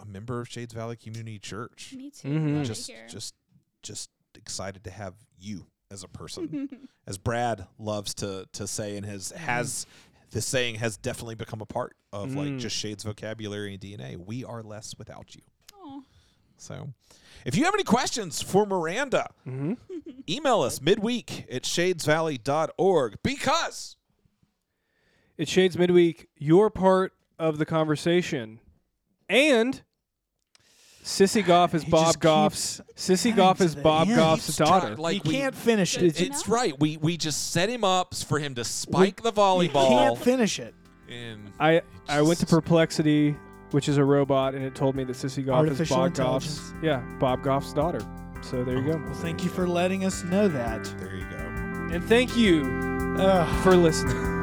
S2: a member of Shades Valley Community Church.
S5: Me too.
S3: Mhm.
S5: Glad to
S2: Just,
S5: hear.
S2: just, just excited to have you as a person, as Brad loves to to say, and has
S3: Mm-hmm.
S2: has this saying has definitely become a part of like
S3: Mm.
S2: just Shades vocabulary and DNA. We are less without you.
S5: Aw.
S2: So, if you have any questions for Miranda,
S3: Mm-hmm.
S2: email us midweek at shadesvalley.org because
S3: It shades midweek. Your part of the conversation, and Sissy Goff is
S1: He
S3: Bob
S1: just
S3: Goff's. Sissy
S1: adding
S3: Goff
S1: to
S3: is
S1: the
S3: Bob
S1: end.
S3: Goff's
S2: Keeps
S3: daughter.
S2: trying, like
S1: you
S2: we-
S1: can't finish
S5: Good
S1: it.
S5: to
S2: it's
S5: know.
S2: right. We we just set him up for him to spike the
S1: You can't
S2: volleyball.
S1: finish it.
S2: and
S3: I I went to Perplexity, which is a robot, and it told me that Sissy Goff is
S1: Artificial
S3: Bob Goff's.
S1: intelligence.
S3: Yeah, Bob Goff's daughter. So there you go.
S1: Well, thank you for letting us know that.
S2: there you go.
S3: And thank you
S1: Ugh.
S3: for listening.